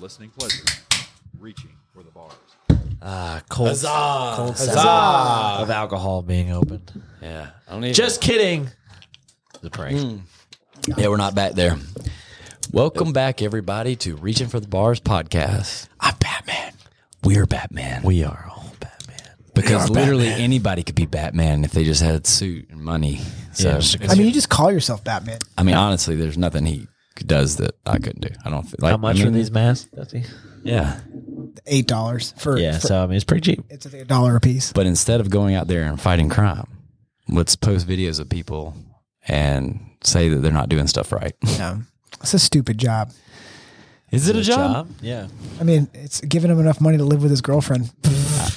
listening pleasure, reaching for the bars. Ah, cold, Huzzah! cold Huzzah! sesame of alcohol being opened. Yeah, I don't even. Just kidding. the prank. Yeah, we're not back there. Welcome back, everybody, to Reaching for the Bars podcast. I'm Batman. We're Batman. We are all Batman. are because literally Batman. anybody could be Batman if they just had suit and money. So Yeah, just- I mean, you just call yourself Batman. I mean, honestly, there's nothing he does that I couldn't do. I don't feel like How much I are mean, these masks? Dusty? Yeah, Eight dollars for, Yeah, for- so I mean, it's pretty cheap. it's a dollar a piece. but instead of going out there and fighting crime, let's post videos of people and say that they're not doing stuff right. No, it's a stupid job. Is it a Yeah. I mean, it's giving him enough money to live with his girlfriend.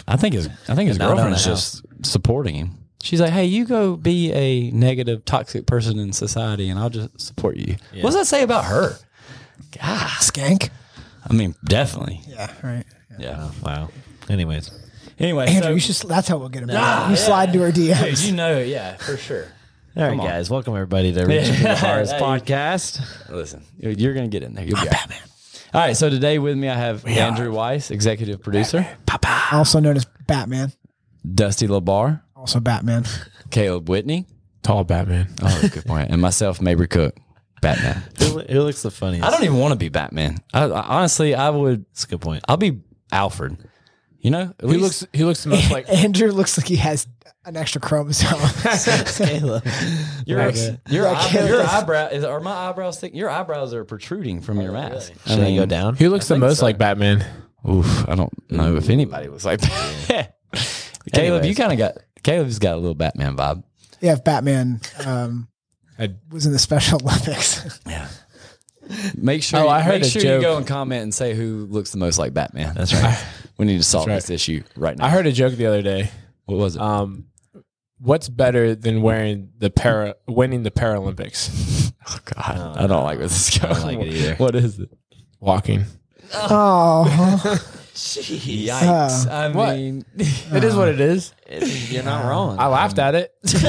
I think his I think his Not on girlfriend's the just supporting him. She's like, "Hey, you go be a negative, toxic person in society, and I'll just support you." What does that say about her? Skank. I mean, definitely. Yeah, right. Yeah. Wow. Anyways, Anyway, Andrew, so- you should. That's how we'll get him. you slide into her DMs. Dude, you know, yeah, for sure. all right, guys, welcome everybody to Reaching for the Bars Hey. podcast. Listen, you're- you're gonna get in there. You'll be all right. All right, so today with me I have Andrew Weiss, executive producer, Also known as Batman. Dusty Labar, Also Batman. Caleb Whitney. Tall Batman. Oh, good point. And myself, Mabry Cook, Batman. Who, who looks the funniest? I don't even want to be Batman. I, I- honestly, I would. That's a good point. I'll be Alfred. You know, at He least- looks. He looks the most like. Andrew looks like he has an extra chromosome. Caleb. your ex- your, Like eyebrow, him. your eyebrow is are my eyebrows thick? Your eyebrows are protruding from Oh, your mask. I Mm. Should I mean, go down? He looks the most like Batman. Oof, I don't know if anybody was like that. Caleb, you kind of got Caleb's got a little Batman vibe. yeah, if Batman um, I- was in the Special Olympics. Make sure. Oh, you, I heard make a sure joke. you go and comment and say who looks the most like Batman. That's right. we need to solve That's right. this issue right now. I heard a joke the other day. what was it? Uh, Um, what's better than wearing the para winning the Paralympics? oh God, I don't like where this is going. don't like it either. What is it? Walking. Oh, Uh, Yikes! I What? mean, It is what it is. You're not wrong. I laughed at it. don't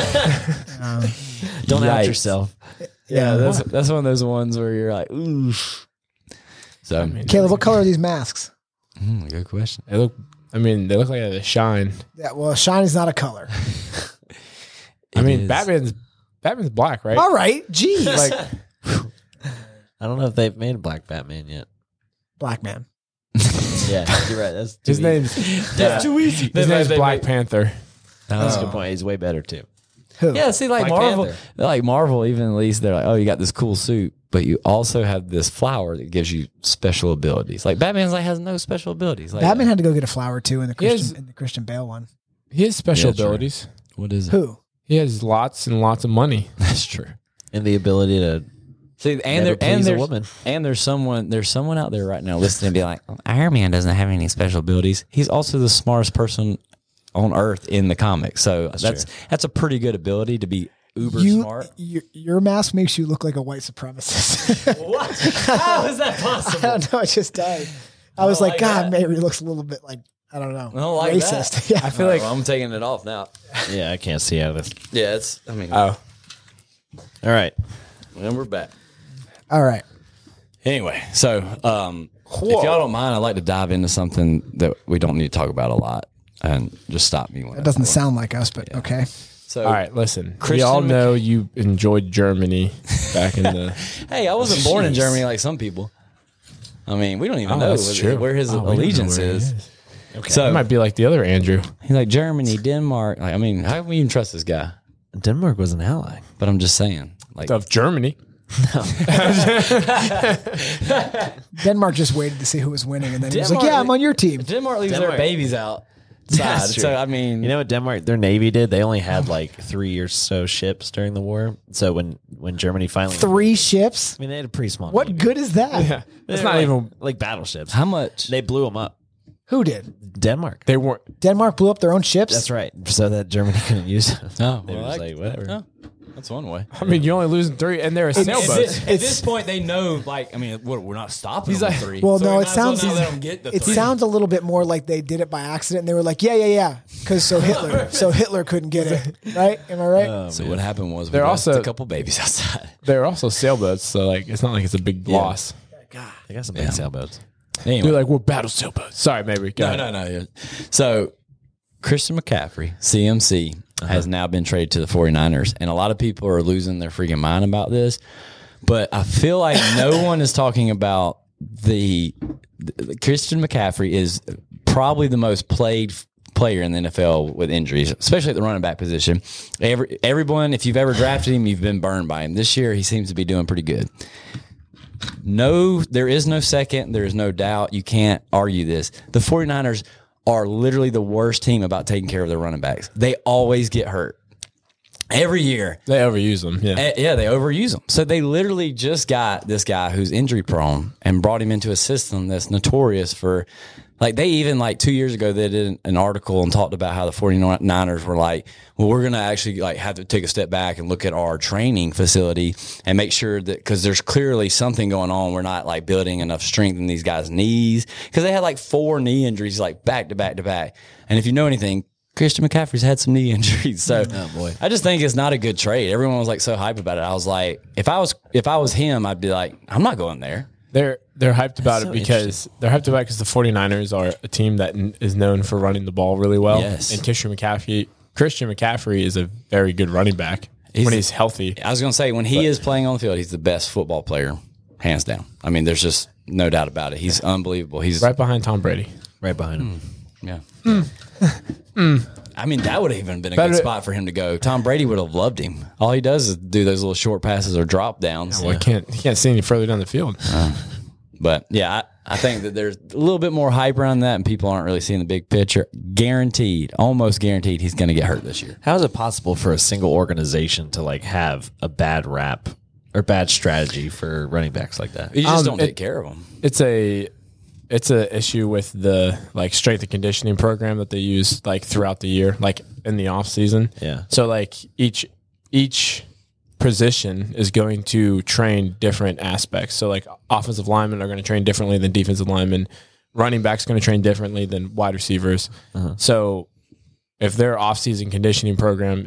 out Yikes. yourself. yeah, that's that's one of those ones where you're like, oof. So, Caleb, what color are these masks? mm, good question. They look. I mean, they look like they shine. Yeah, well, shine is not a color. I It mean, is. Batman's Batman's black, right? All right, geez, Like, I don't know if they've made a black Batman yet. black man. Yeah, you're right. That's too his easy. name's That's too easy. his name's Black Panther. That's a good point. He's way better too. Who? Yeah, see, like Black Marvel, Panther. like Marvel, even at least they're like, oh, you got this cool suit, but you also have this flower that gives you special abilities. Like Batman's like has no special abilities. Like Batman had to go get a flower too in the He has- Christian in the Christian Bale one. He has special Yeah, true. abilities. what is it? Who? He has lots and lots of money. That's true. And the ability to See, and Never there, and please a there's, woman. and there's someone, there's someone out there right now listening and be like, Iron Man doesn't have any special abilities. He's also the smartest person on Earth in the comics. So that's that's, a pretty good ability to be uber You, smart. your, your mask makes you look like a white supremacist. How is that I possible? don't know. I just died. I was like, like God, that. Mary looks a little bit like I don't know, I don't like racist. that. Yeah, I feel like I'm taking it off now. Yeah, I can't see out of this. Yeah, it's. I mean, oh, All right. and we're back. All right. Anyway, so um, if y'all don't mind, I'd like to dive into something that we don't need to talk about a lot, and just stop me when That doesn't sound like us, but okay. So, all right. Listen, we Christian all Mc- know you enjoyed Germany back in the. hey, I wasn't born in Jeez. Germany like some people. I mean, we don't even Oh, know that's whether- true. where his Oh, we don't know allegiance where he is. is. So It might be like the other Andrew. he's like Germany, Denmark. Like, I mean, how can we even trust this guy? Denmark was an ally. But I'm just saying, like, Of Germany. Denmark just waited to see who was winning, and then he was like, Denmark- "Yeah, I'm on your team." Denmark leaves their Denmark. babies out. That's true. So I mean, You know what Denmark their navy did? They only had like three or so ships during the war. So when when Germany finally Three ships. I mean they had a pretty small. What navy. good is that? Yeah, They it's were not like, even. like battleships. how much? They blew them up. Who did? Denmark. They weren't. Denmark blew up their own ships. That's right. So that Germany couldn't use them. Oh, They were well, just I- like whatever. oh, that's one way. I mean, you only losing three, and they're a At sailboat. this, at this point, they know. Like, I mean, we're, we're not stopping. He's like- three. Well, So no, we it might as well sounds not let easy- them get the It three. sounds a little bit more like they did it by accident, and they were like, "Yeah, yeah, yeah," because so Hitler, so Hitler couldn't get it, right? Am I right? Oh, So what happened was we They're lost also- a couple babies outside. They're also sailboats, so like it's not like it's a big loss. They got some big sailboats. Anyway. They're like, we're battle sailboats. Sorry, maybe. Go No, ahead. no, no. yeah. So Christian McCaffrey, CMC, Uh-huh. has now been traded to the 49ers. And a lot of people are losing their freaking mind about this. But I feel like no one is talking about the, the Christian McCaffrey is probably the most played f- player in the NFL with injuries, especially at the running back position. Every, everyone, if you've ever drafted him, you've been burned by him. This year, he seems to be doing pretty good no there is no second there is no doubt you can't argue this the 49ers are literally the worst team about taking care of their running backs they always get hurt every year They overuse them. Yeah. Eh, yeah they overuse them so they literally just got this guy who's injury prone and brought him into a system that's notorious for like they even like two years ago they did an article and talked about how the 49ers were like well we're gonna actually like have to take a step back and look at our training facility and make sure that because there's clearly something going on we're not like building enough strength in these guys knees because they had like four knee injuries like back to back to back and if you know anything Christian McCaffrey's had some knee injuries, so Oh, I just think it's not a good trade. Everyone was like so hype about it. I was like, if I was if I was him, I'd be like, I'm not going there. They're they're hyped about so it because they're hyped about because the 49ers are a team that n- is known for running the ball really well. Yes. And Christian McCaffrey Christian McCaffrey is a very good running back when he's healthy. I was gonna say when he is playing on the field, he's the best football player, hands down. I mean, there's just no doubt about it. He's unbelievable. He's Right behind Tom Brady. right behind him. yeah. I mean, that would have even been a Better- good spot for him to go. Tom Brady would have loved him. All he does is do those little short passes or drop downs. Well, he can't he can't see any further down the field. But yeah, I, I think that there's a little bit more hype around that, and people aren't really seeing the big picture. Guaranteed, almost guaranteed, he's going to get hurt this year. How is it possible for a single organization to like have a bad rap or bad strategy for running backs like that? You just don't Um, it- take care of him. It's a it's a issue with the like strength and conditioning program that they use like throughout the year, like in the off season. Yeah. So like each each position is going to train different aspects. So like offensive linemen are going to train differently than defensive linemen. Running backs going to train differently than wide receivers. So if their off season conditioning program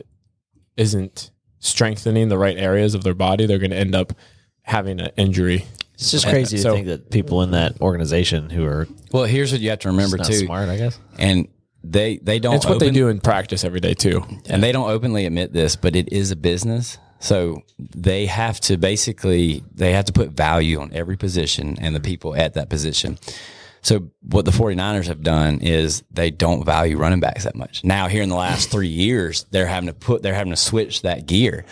isn't strengthening the right areas of their body, they're going to end up having an injury. It's just crazy to So- think that people in that organization who are Well, here's what you have to remember not too, smart, I guess. and they they don't. It's what they open- do in practice every day too. and they don't openly admit this, but it is a business. So they have to basically they have to put value on every position and the people at that position. So what the 49ers have done is they don't value running backs that much. Now here in the last 3 years, they're having to put they're having to switch that gear.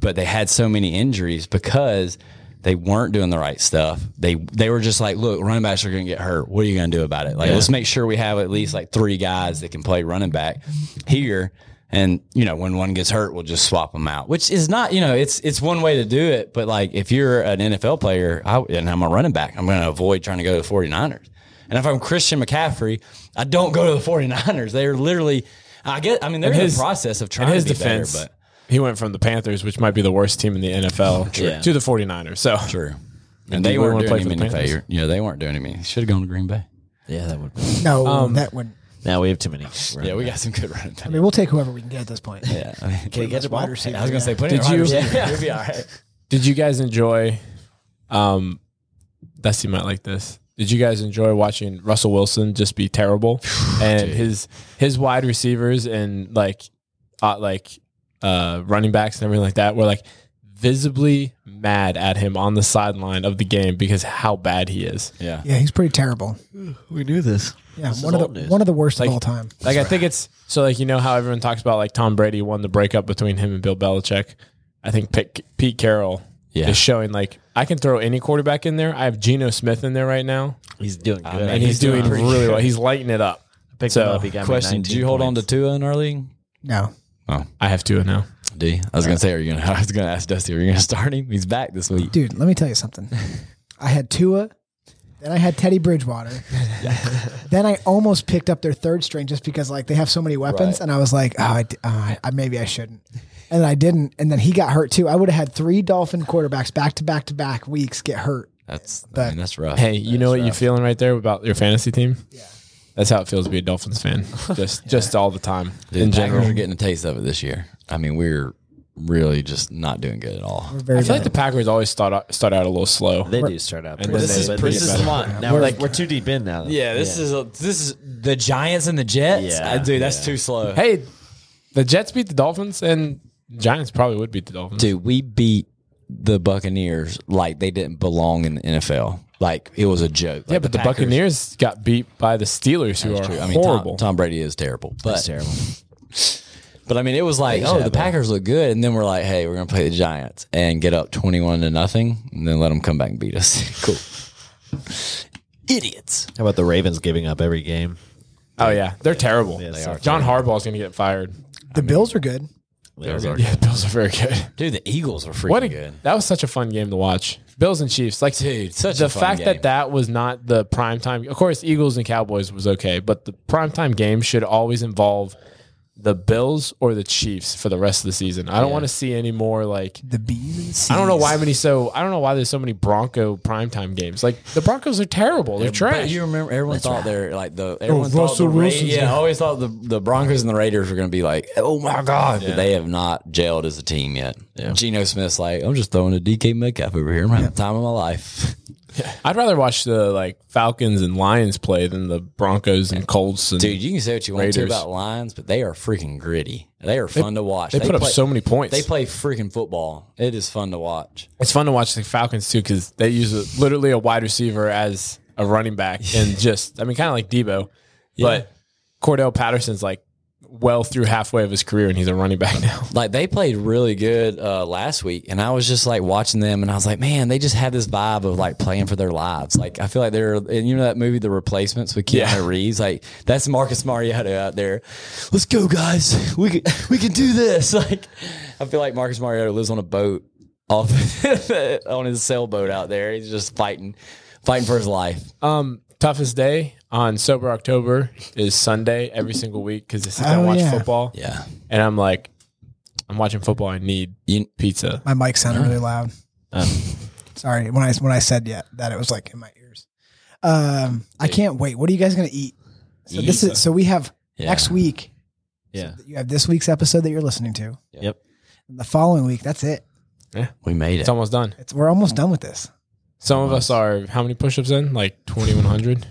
But they had so many injuries because they weren't doing the right stuff. They they were just like, look, running backs are going to get hurt. What are you going to do about it? Like, let's make sure we have at least like three guys that can play running back here. And you know, when one gets hurt, we'll just swap them out, which is not you know, it's it's one way to do it. But like, if you're an NFL player I, and I'm a running back, I'm going to avoid trying to go to the 49ers. And if I'm Christian McCaffrey, I don't go to the 49ers. They're literally, I get, I mean, they're In in his- the process of In trying his to be defense, better, but he went from the Panthers, which might be the worst team in the NFL, True. to the 49ers. So true. And they you weren't wanna play doing him for the any Panthers? favor. Yeah, they weren't doing him any. Should have gone to Green Bay. Yeah, that would. No, Um, that one. Now we have too many. running Yeah, we backs. got some good running backs. I mean, we'll take whoever we can get at this point. yeah, I mean, Can you get the ball? Wide receiver. I was gonna say, put Did it in you- you? You'll be all right. Did you guys enjoy? Um, Dusty might like this. Did you guys enjoy watching Russell Wilson just be terrible and his his wide receivers and like uh, like uh, running backs and everything like that were like visibly mad at him on the sideline of the game because how bad he is. Yeah. Yeah, he's pretty terrible. We knew this. Yeah, is one of old the news. one of the worst Like- of all time. Like I think it's so like you know how everyone talks about like Tom Brady won the breakup between him and Bill Belichick. I think Pete, Pete Carroll Yeah. is showing like I can throw any quarterback in there. I have Geno Smith in there right now, He's doing good. and he's, doing really well. He's lighting it up. Picked so, him up. He got me Question: 19 Do you hold on to points. Tua in our league? No, I have two now. D. I was gonna say, are you gonna? I was gonna ask Dusty, are you gonna start him? He's back this week. dude, let me tell you something. I had Tua, then I had Teddy Bridgewater, then I almost picked up their third string just because like they have so many weapons, and I was like, oh, I, d- uh, I maybe I shouldn't, and then I didn't, and then he got hurt too. I would have had three Dolphin quarterbacks back to back to back weeks get hurt. That's I But- mean, that's rough. Hey, you know what you're feeling right there about your fantasy team? Yeah, that's how it feels to be a Dolphins fan. Just just all the time Dude, in Packers general. are getting a taste of it this year. I mean, we're really just not doing good at all. We're very I feel bad. like the Packers always start out, start out a little slow. They do start out. And pretty this low, is- but this they is get better. month. Now we're like we're too deep in now. Yeah, this is a, this is the Giants and the Jets. Yeah. Uh, dude, that's too slow. Hey, the Jets beat the Dolphins, and Giants probably would beat the Dolphins. Dude, we beat the Buccaneers like they didn't belong in the NFL. Like it was a joke. yeah, but the, Buccaneers got beat by the Steelers, who are I mean, horrible. Tom, Tom Brady is terrible. But, terrible. But I mean, it was like, oh, the Packers look good, and then we're like, hey, we're gonna play the Giants and get up twenty-one to nothing, and then let them come back and beat us. cool. Idiots. How about the Ravens giving up every game? oh yeah, they're terrible. they are John Harbaugh's going to get fired. the Bills are good. Yeah, the Bills are very good. Dude, the Eagles were freaking What a, good. That was such a fun game to watch. Bills and Chiefs, like Dude, such the a fun fact game. that that was not the prime time. Of course, Eagles and Cowboys was okay, but the prime time game should always involve the Bills or the Chiefs for the rest of the season. I don't want to see any more like The B's and C's. I don't know why many so I don't know why there's so many Bronco primetime games. Like the Broncos are terrible. They're But trash. Oh, you remember everyone thought they're like the everyone thought Russell the Ra- Wilson's yeah, I always thought the, the Broncos and the Raiders were gonna be like, oh my god, but they have not jailed as a team yet. Geno Smith's like, I'm just throwing a DK Metcalf over here. I'm having the time of my life. I'd rather watch the like Falcons and Lions play than the Broncos and Colts and Dude, you can say what you want to Raiders. about Lions, but they are freaking gritty. They are fun to watch. they, put up play- so many points. They play freaking football. It is fun to watch. It's fun to watch the Falcons too because they use a, literally a wide receiver as a running back and just I mean kind of like Debo, but Cordell Patterson's like well through halfway of his career and he's a running back now. Like they played really good uh, last week, and I was just like watching them, and I was like, man, they just had this vibe of like playing for their lives. Like I feel like they're, and you know that movie, The Replacements with Keanu Yeah. Reeves. Like that's Marcus Mariota out there. Let's go, guys. We can, we can do this. Like I feel like Marcus Mariota lives on a boat off on his sailboat out there. He's just fighting, fighting for his life. Um, toughest day on sober October is Sunday every single week because I sit down Oh, and watch yeah. football Yeah. and I'm like, I'm watching football. I need You, pizza. My mic sounded really loud. Sorry when I when I said yeah that it was like in my ears. Um, I can't wait. What are you guys gonna eat? So this is so we have next week. Yeah. You have this week's episode that you're listening to. Yep. The following week, that's it. we made it. It's almost done. It's we're almost done with this. Some of us are how many push-ups in? Like 2100.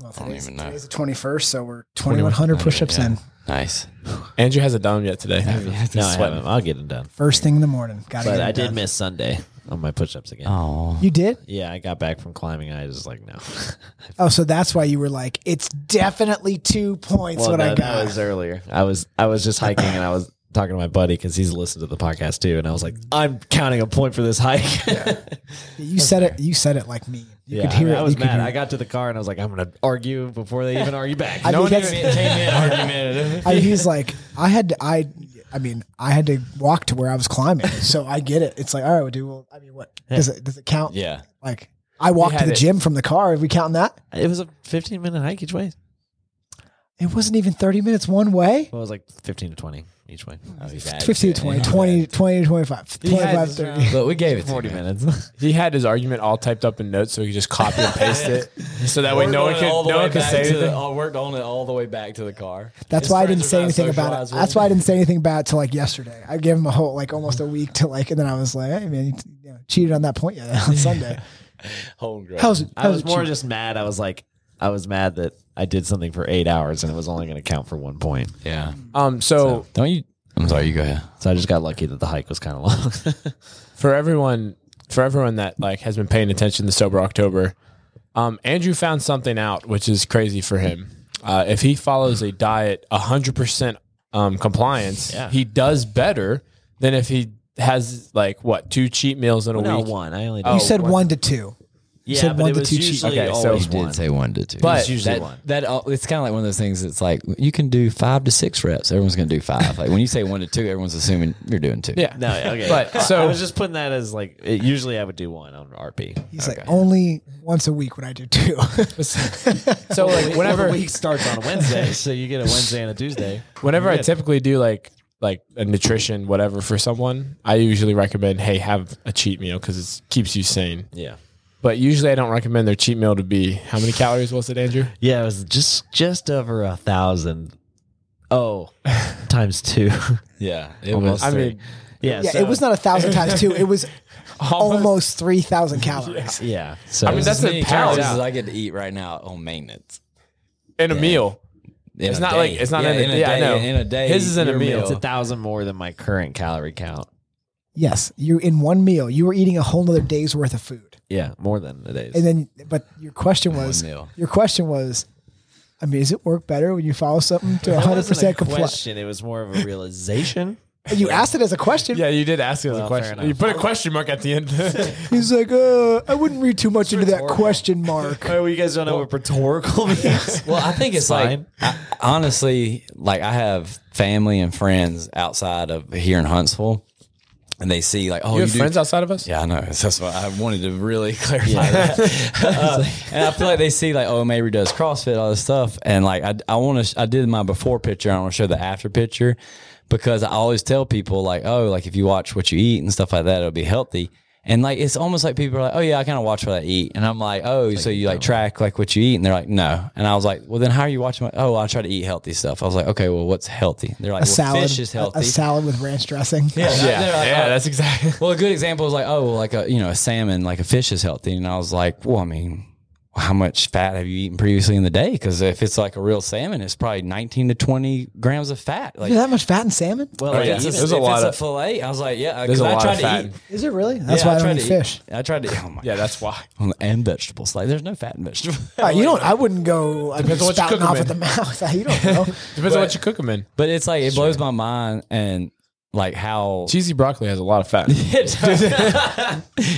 Well, don't today's- even know. Today's the twenty first, so we're twenty one hundred push ups in. Nice. Andrew hasn't done them yet today. No, I haven't. I'll get it done. First thing in the morning. Got But I did miss Sunday on my push-ups again. Oh. You did? Yeah, I got back from climbing. and I was like, no. Oh, so that's why you were like, it's definitely two points. what I no, got. that was earlier. I was I was just hiking and I was talking to my buddy because he's listened to the podcast too, and I was like, I'm counting a point for this hike. Yeah, you said it. You said it like me. You could hear I, mean, it. I you was could mad. hear I it. got to the car and I was like, I'm gonna argue before they even argue back. I no, think that's- I, he's like, I had to, I, I mean, I had to walk to where I was climbing, so I get it. It's like, all right, well, dude. Well, I mean, what does it does it count? Yeah. Like, I walked to had the it. gym from the car. Are we counting that? it was a 15 minute hike each way. It wasn't even thirty minutes one way. Well, it was like 15 to 20 each way. Fifteen to 20, 20, 20 to 25, 25 to 30. But we gave it to 40 minutes. He had his argument all typed up in notes, so he could just copy and paste it, so that way Oh, no one could no one could say anything. I worked on it uh, all the way back to the car. That's why I didn't say anything about it. That's why I didn't say anything about it till like yesterday. I gave him a whole like almost a week to like, and then I was like, "Hey man, you, t- you know, cheated on that point yeah, on Sunday." How's I was how's more just mad. I was like, I was mad that I did something for eight hours and it was only going to count for one point. Yeah. Um, so Don't you? I'm sorry. You go ahead. So I just got lucky that the hike was kind of long. for everyone for everyone that like has been paying attention to sober october um, andrew found something out which is crazy for him uh, if he follows a diet 100% um, compliance Yeah. he does better than if he has like what two cheat meals in a no, week one. I only did. Oh, you said one- one to two. yeah, said but one it to was two cheat- usually Okay, so always you one. one to two. But- usually that, one. that all, it's kind of like one of those things. It's like you can do five to six reps. Everyone's going to do five. Like when you say one to two, everyone's assuming you're doing two. yeah No, okay. But, I- so- I was just putting that as like it, usually I would do one on RP. He's like, only once a week would I do two. so like whenever the week starts on a Wednesday, so you get a Wednesday and a Tuesday. whenever I typically do like like a nutrition whatever for someone I usually recommend hey have a cheat meal because it keeps you sane Yeah, but usually I don't recommend their cheat meal to be how many calories was it Andrew yeah. It was just just over a thousand. Oh, times two. yeah. It Almost. was. I Three. mean Yeah, Yeah, so- it was not a thousand times two. It was almost, three thousand calories. Yeah. So I mean, that's As many a pound. calories as I get to eat right now on maintenance. in a meal. In It's a not day. like- it's not yeah, in a- yeah, day. I know. In a day, His is in a your meal. it's a thousand more than my current calorie count. Yes, you in one meal, you were eating a whole other day's worth of food. Yeah, more than it is. And then, but your question was, meal. your question was, I mean, does it work better when you follow something to That hundred wasn't a percent compliance? question. It was more of a realization. You asked it as a question. Yeah, you did ask us Well, a fair question. enough. You put a question mark at the end. He's like, uh, I wouldn't read too much into that question mark. oh, you guys don't know what rhetorical means. Well, I think it's like fine. I, honestly, like I have family and friends outside of here in Huntsville, and they see like, oh, you you, have do- friends outside of us? Yeah, I know. That's why I wanted to really clarify that. Uh, and I feel like they see like, oh, Mabry does CrossFit, all this stuff, and like I, I want to, I did my before picture. I want to show the after picture because I always tell people like, oh, like if you watch what you eat and stuff like that, it'll be healthy. And like it's almost like people are like, oh yeah, I kind of watch what I eat, and I'm like, oh, so you like track like what you eat, and they're like, no, and I was like, well then how are you watching? My- oh, I try to eat healthy stuff. I was like, okay, well what's healthy? They're like, A well, salad, fish is a- healthy. a salad with ranch dressing. yeah, Yeah, they're like, yeah, "Oh, that's exactly. well, a good example is like, oh, well, like a you know, a salmon, like a fish is healthy, and I was like, well, I mean, how much fat have you eaten previously in the day? Because if it's like a real salmon, it's probably nineteen to twenty grams of fat. Like, Is that much fat in salmon? well, Oh, like, yeah. even There's if a lot it's of- a fillet, I was like, yeah, because There's a I lot tried of to fat. eat. Is it really? That's yeah, why I tried don't eat to fish. I tried to. Oh my Yeah, god. that's why. And vegetables. Like, there's no fat in vegetables. All right, Uh, you don't. I wouldn't go. I mean, Depends on what you spouting cook 'em off in. at the mouth. You don't know. Depends on what you cook them in. But it's like it blows my mind and like how Cheesy broccoli has a lot of fat.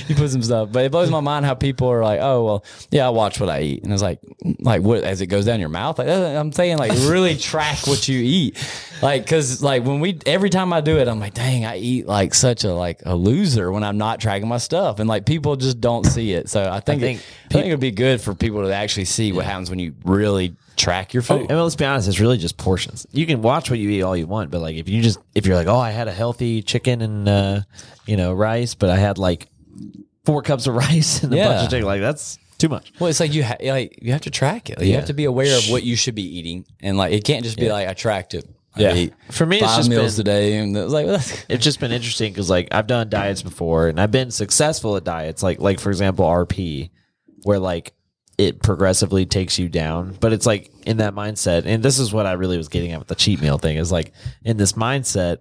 he puts some stuff. But it blows my mind how people are like, oh well, yeah, I watch what I eat, and it's like, like what as it goes down your mouth. Like that's- I'm saying, like really track what you eat, like because like when we every time I do it, I'm like, dang, I eat like such a like a loser when I'm not tracking my stuff, and like people just don't see it. So I think I think, think it, I think it'd be good for people to actually see what happens when you really track your food. Oh, I mean, let's be honest. It's really just portions. You can watch what you eat all you want, but like if you just if you're like, oh, I had a healthy chicken and uh, you know rice, but I had like four cups of rice and a bunch Yeah. of chicken, like that's too much. Well, it's like you ha- like you have to track it. Like, You have to be aware of what you should be eating, and like it can't just be like I tracked it. I Yeah. ate For me, it's five just meals been- today, and it's like well, that's- It's just been interesting because like I've done diets before and I've been successful at diets, like like for example RP, where like it progressively takes you down. But it's like in that mindset, and this is what I really was getting at with the cheat meal thing is like in this mindset,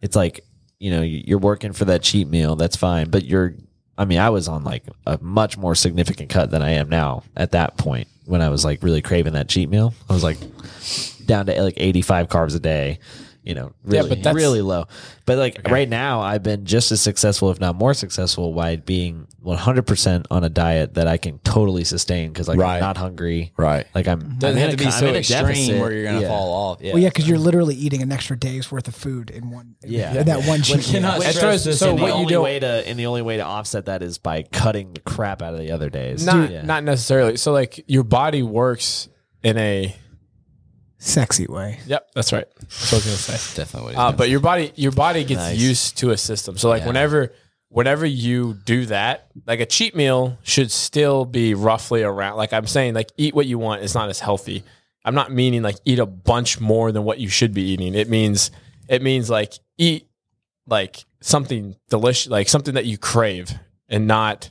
it's like you know you- you're working for that cheat meal, that's fine, but you're I mean, I was on like a much more significant cut than I am now at that point when I was like really craving that cheat meal. I was like down to like 85 carbs a day, you know, really, but that's- really low. But like right now, I've been just as successful, if not more successful, by being 100% on a diet that I can totally sustain because like Right. I'm not hungry. Right. Like I'm, Mhm. doesn't I'm have in to a be con- I'm so in a extreme deficit. where you're gonna Yeah. fall off. Yeah, Well, yeah, because you're literally eating an extra day's worth of food in one. Yeah. in that one cheat meal. cannot That stress throws- this so enough. the what you only do? way to and the only way to offset that is by cutting the crap out of the other days. Not Yeah. not necessarily. So like your body works in a. Sexy way. Yep, that's right. That's what I was gonna say. definitely. Uh, but your body, your body gets Nice. used to a system. So like Yeah. whenever, whenever you do that, like a cheat meal should still be roughly around. Like I'm saying, like eat what you want. It's not as healthy. I'm not meaning like eat a bunch more than what you should be eating. It means it means like eat like something delicious, like something that you crave, and not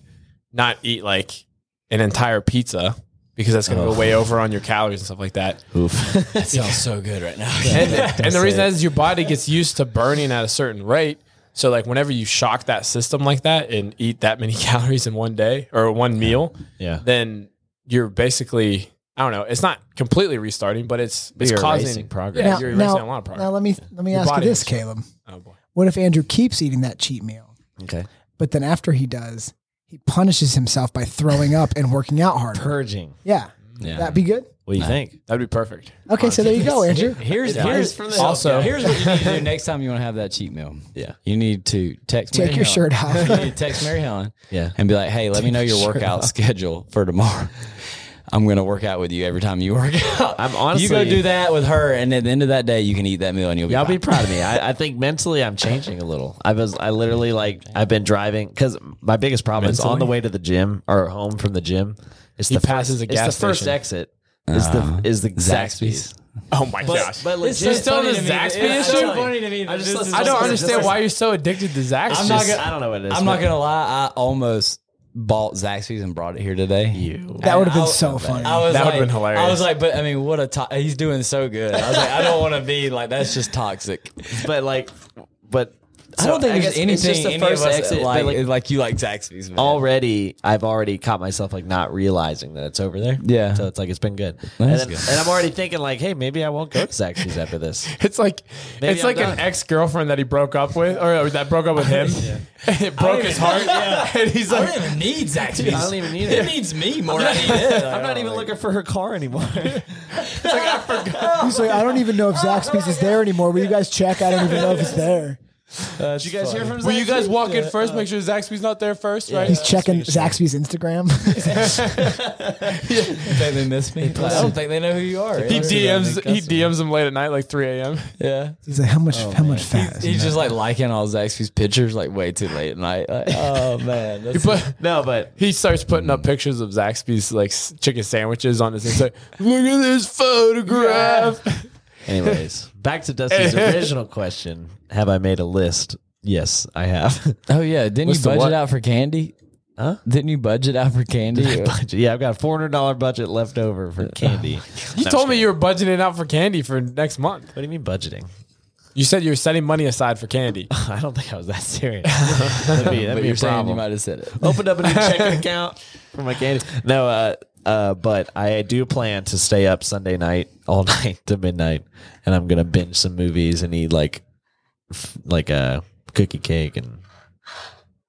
not eat like an entire pizza because that's going to go way over on your calories and stuff like that that sounds so good right now. and, and the reason is your body gets used to burning at a certain rate. So like whenever you shock that system like that and eat that many calories in one day or one meal, Yeah. then you're basically I don't know. It's not completely restarting, but it's it's you're causing erasing progress. Yeah, you're erasing a lot of progress. now let me let me Your ask you body this, is- Caleb. oh boy. What if Andrew keeps eating that cheat meal, Okay. but then after he does, he punishes himself by throwing up and working out harder? Purging. yeah. Yeah. that'd be good. What do you think? That'd be perfect. Okay, so there you go, Andrew. Here's here's from the Also- also here's what you need to do next time you want to have that cheat meal. Yeah. you need to text Take Mary your Helen. shirt off. You need to text Mary Helen. Yeah. and be like, hey, let me know your workout schedule for tomorrow. I'm gonna work out with you every time you work out. I'm honestly- you go do that with her, and at the end of that day, you can eat that meal and you'll be. Y'all be fine. proud of me. I, I think mentally I'm changing a little. I was I literally like I've been driving because my biggest problem is on the way to the gym or home from the gym. It's the passes first, a gas It's the first station. exit. Is the is the Zaxby's. Uh, Zaxby's. Oh my gosh. But It's legit, so It's still funny the to me Zaxby that- it's so issue? funny to me that I just this is- listened I don't Just- understand just- why you're so addicted to Zaxby's. I'm not gonna, I don't know what it is. I'm not but- gonna lie. I almost bought Zaxby's and brought it here today. You. That would have been so funny. I was That like, would've been hilarious. I was like, but I mean, what a to- he's doing so good. I was like, I don't want to be like that's just toxic. But like, but I don't think guess there's anything It's just the any first of us exit. that like, but, like, like you like Zaxby's. man. already, I've already caught myself like not realizing that it's over there. Yeah. So it's like it's been good. and, That's then- good. and I'm already thinking like, hey, maybe I won't go to Zaxby's after this. It's like Maybe it's I'm like done. an ex girlfriend that he broke up with, or, or that broke up with him. and it broke his heart, and he's I like, don't even need Zaxby's. I don't even need It it. needs me more than I need it. I'm not even looking for her car anymore. He's like, I don't even know if Zaxby's is there anymore. Will you guys check? I don't even know if it's there. Did you guys hear from? "Will you guys walk in first? uh, Make sure Zaxby's not there first, right?" He's checking Zaxby's Instagram. Think they miss me. I don't think they know who you are. He Yeah. DMs he DMs him late at night, like 3 a.m. Yeah. He's like, how much, Oh, how much fat? He's just like liking all Zaxby's pictures like way too late at night. Like, oh man, that's But No, but he starts putting up pictures of Zaxby's like s- chicken sandwiches on his Instagram. Look at this photograph. anyways, back to Dusty's original question: Have I made a list? Yes, I have. Oh yeah, didn't What's the you what? budget out for candy? Huh? Didn't you budget out for candy? yeah, I've got a four hundred dollar budget left over for candy. You told me you were budgeting out for candy for next month. What do you mean budgeting? You said you were setting money aside for candy. I don't think I was that serious. that'd be, that'd but be a you're saying you problem. might have said it. Opened up a new checking account for my candy. No, uh, uh, but I do plan to stay up Sunday night all night to midnight, and I'm gonna binge some movies and eat like f- like a cookie cake and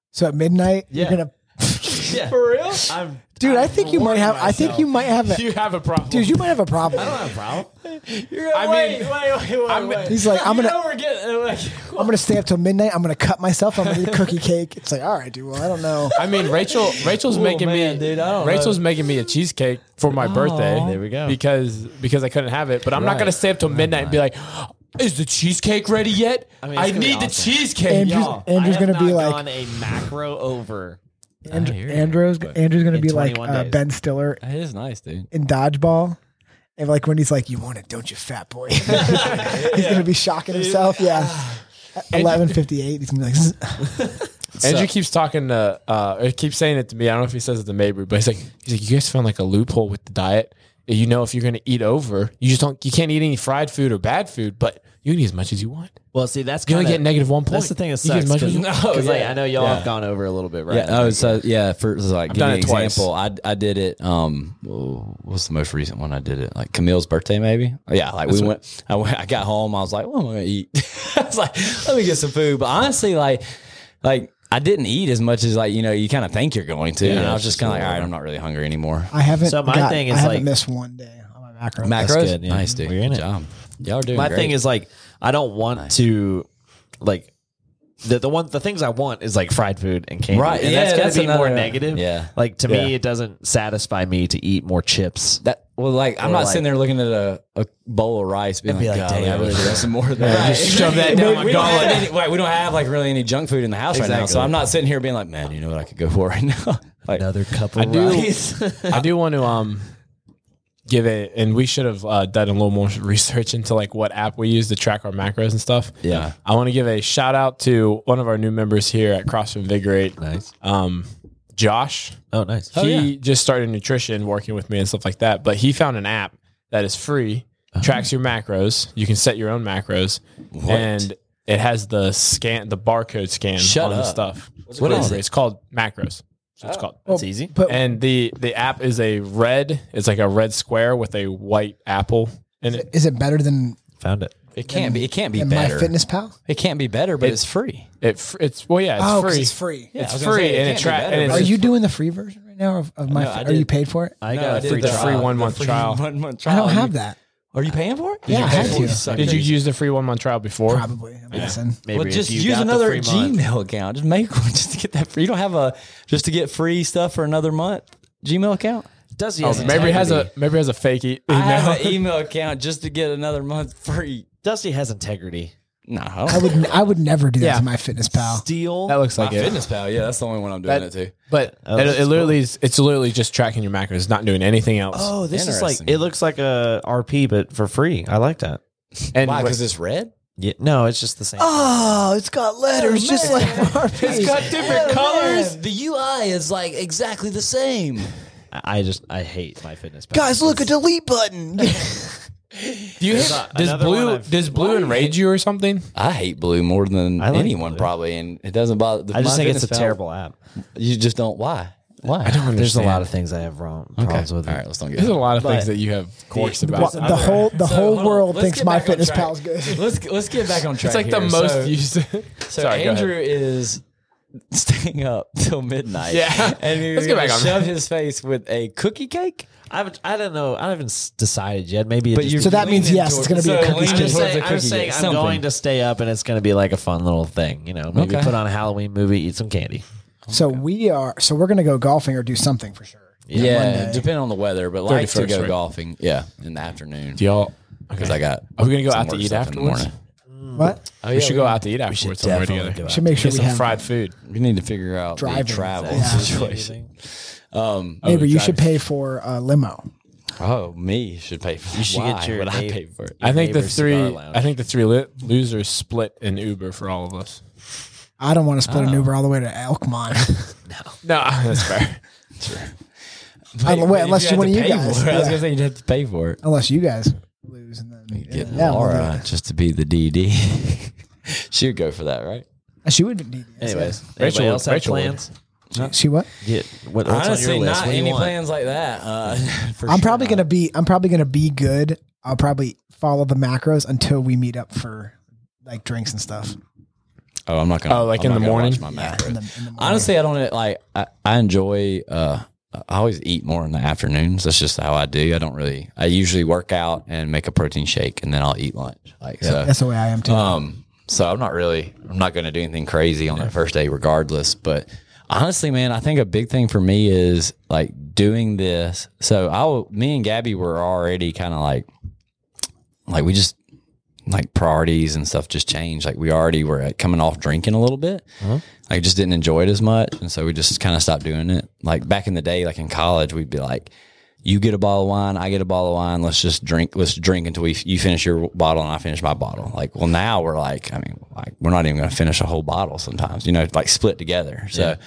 So at midnight, Yeah. you're gonna. for real. I'm Dude, I think you might have. I think you might have. A, You have a problem. dude, you might have a problem. I mean, I'm- He's like, I'm gonna, We're uh, getting I'm gonna stay up till midnight. I'm gonna cut myself. I'm gonna eat a cookie cake. It's like, all right, dude. Well, I don't know. I mean, Rachel. Rachel's making man, me. dude, I don't Rachel's making me a cheesecake for my birthday. There we go. Because because I couldn't have it, but I'm not Right. gonna stay up till midnight and be like, "Is the cheesecake ready yet? I, mean, it's gonna be need the awesome. cheesecake." Andrew's- Y'all, Andrew's I have gonna be not like- gone a macro over. Andrew, Andrew's Andrew's gonna In be like 21 uh, days. Ben Stiller It is nice, dude. in dodgeball. And like when he's like, "You want it, don't you, fat boy?" he's gonna be shocking himself. Yeah, eleven fifty eight. He's gonna be like, "Zzz." Andrew keeps talking to, uh, or keeps saying it to me. I don't know if he says it to Mabry, but he's like, he's like, you guys found like a loophole with the diet. You know, if you're gonna eat over, you just don't. You can't eat any fried food or bad food, but you can eat as much as you want. Well, see, that's You only kinda- get negative one point. That's the thing that You sucks. get as much as Because you- like, I know y'all have gone over a little bit, right? Yeah. Oh, so yeah. For so like, give done you an it twice. example. I I did it. Um, oh, what's the most recent one I did it? Like Camille's birthday, maybe. Yeah. Like we went. I went. I got home. I was like, what am I gonna eat? I was like, let me get some food. But honestly, like, like. I didn't eat as much as like you know you kind of think you're going to, and I was just kind of like, all right, I'm not really hungry anymore. "I haven't." So my got- thing is I haven't like- missed one day on my macro. Macros, good, yeah. nice dude, We're in good it. job. Y'all are doing. my great. thing is like I don't want to like the the one the things I want is like fried food and candy, Right, And yeah, that's gonna that's be more another- negative. yeah. like to me, Yeah. it doesn't satisfy me to eat more chips. that. Well, like I'm Or not like- sitting there looking at a, a bowl of rice, being like, like, "God, dang, I I really really- want some more of that." just shove that down my we don't, gullet. have any, right, we don't have like really any junk food in the house right now, so Exactly. I'm not sitting here being like, "Man, you know what I could go for right now?" like, Another cup of do- rice. I do want to um give it, and we should have uh, done a little more research into like what app we use to track our macros and stuff. Yeah. I want to give a shout out to one of our new members here at CrossFit Invigorate, nice. um, Josh. Oh, nice. he just started nutrition, working with me and stuff like that. But he found an app that is free, tracks your macros. You can set your own macros, and it has the scan, the barcode scan Shut on the up. stuff. What's it called? It's called macros. That's what it's called That's easy. But and the the app is a red it's like a red square with a white apple in it is it better than Found it. it can't be. It can't be than better. my Fitness Pal? it can't be better, but it's free. it fr- it's well yeah it's Oh, 'cause free it's free. Yeah, I it's was gonna free say, it and it can't be track better, and it's Are but just- you doing the free version right now of, of my? I are you did. paid for it? I No, I got a did free the- trial. trial. free one month the free trial. One month I trial. don't have that. Are you paying for it? Yeah, I had to. did you use the free one month trial before Probably. I'm guessing. Maybe well, if just you use got the another free month. Gmail account. Just make one just to get that free. You don't have a just to get free stuff for another month Gmail account. Does he? oh, has maybe it has integrity. a maybe it has a fake e- I have email an email account just to get another month free. Dusty has integrity. No, I I don't. would I would never do that Yeah. to my fitness pal. Steel. That looks My like it. Fitness Pal. Yeah, that's the only one I'm doing That- it to. But Oh, it, that's it literally is, it's literally just tracking your macros, not doing anything else. Oh, this is like Interesting. it looks like a RP, but for free. I like that. and Why? wh- Because it's red. Yeah, no, it's just the same. Oh, it's got letters, Just like RP. different colors. The UI is like exactly the same. I I just I hate my fitness. look a delete button. do you hit, a- does another one blue I've- does blue enrage you or something? I hate blue more than I like anyone blue. probably, and it doesn't bother. the- I just my think it's a fitness pal, terrible app. You just don't. Why? Why? I don't There's a lot of things I have wrong problems with All it. right, let's don't get. There's a lot of But- things that you have quirks Well, about. the whole the So, whole hold on. world Let's thinks get my back on fitness track. pal's good. Let's let's get back on track. it's like the here. most So- used. So Sorry, go ahead. Andrew is staying up till midnight. Yeah. and he's Let's get gonna back on shove his face with a cookie cake. I haven't- I don't know. I haven't s- decided yet. Maybe it But just- you're So that means leaning yes, it's going to be towards- a so cookie I'm leaning cake. just towards saying, a I'm, cookie saying cake, I'm something. going to stay up and it's going to be like a fun little thing. You know, maybe Okay. put on a Halloween movie, eat some candy. So we are so we're going to go golfing or do something for sure. Yeah, depending on the weather, but like to 31st, go right? golfing. Yeah, in the afternoon Do y'all? because I got. Are we gonna go some out to work eat stuff in the afterwards? morning. Mm. What? Oh, we should go out to eat afterwards somewhere together. go out. Should make sure Get we some have fried food. We need to figure out Driving. the travel Yeah. situation. Um, Neighbor, Oh, you drive. should pay for a limo. oh, me should pay for. That. You should Why get your would I neighbor- pay for it? I think the neighbor's cigar three. lounge. I think the three li- losers split an Uber for all of us. I don't want to Oh. split an Uber all the way to Elkmont. No, that's fair. I don't- wait, unless you one of you pay guys. for it. I was Yeah. gonna say you'd have to pay for it. Unless you guys lose and then Get yeah, well, Laura just to be the DD. she would go for that, right? then- Uh, she would need yes, Anyways, Rachel anybody would- else have Rachel would. plans? yeah. She what? Yeah, what, what's Honestly, on your list? not What do you any want? plans like that. Uh, for I'm sure probably not. gonna be I'm probably gonna be good. I'll probably follow the macros until we meet up for like drinks and stuff. Oh, I'm not gonna. Oh, like I'm in not the gonna morning? watch my macros. in the- in the morning. Honestly, I don't e, like. I, I enjoy. Uh, I always eat more in the afternoons. That's just how I do. I don't really. I usually work out and make a protein shake, and then I'll eat lunch. Like that's the way I am too. so. Um. So I'm not really. I'm not going to do anything crazy on that first day, regardless. But honestly, man, I think a big thing for me is like doing this. So I, will- me and Gabby were already kind of like, like we just like priorities and stuff just changed. Like we already were at coming off drinking a little bit. Like just didn't enjoy it as much, and so we just kind of stopped doing it. Like back in the day, like in college, we'd be like, "You get a bottle of wine, I get a bottle of wine. Let's just drink. Let's drink until we you finish your bottle and I finish my bottle." Like well, now we're like, I mean, like we're not even going to finish a whole bottle sometimes. You know, like split together. So.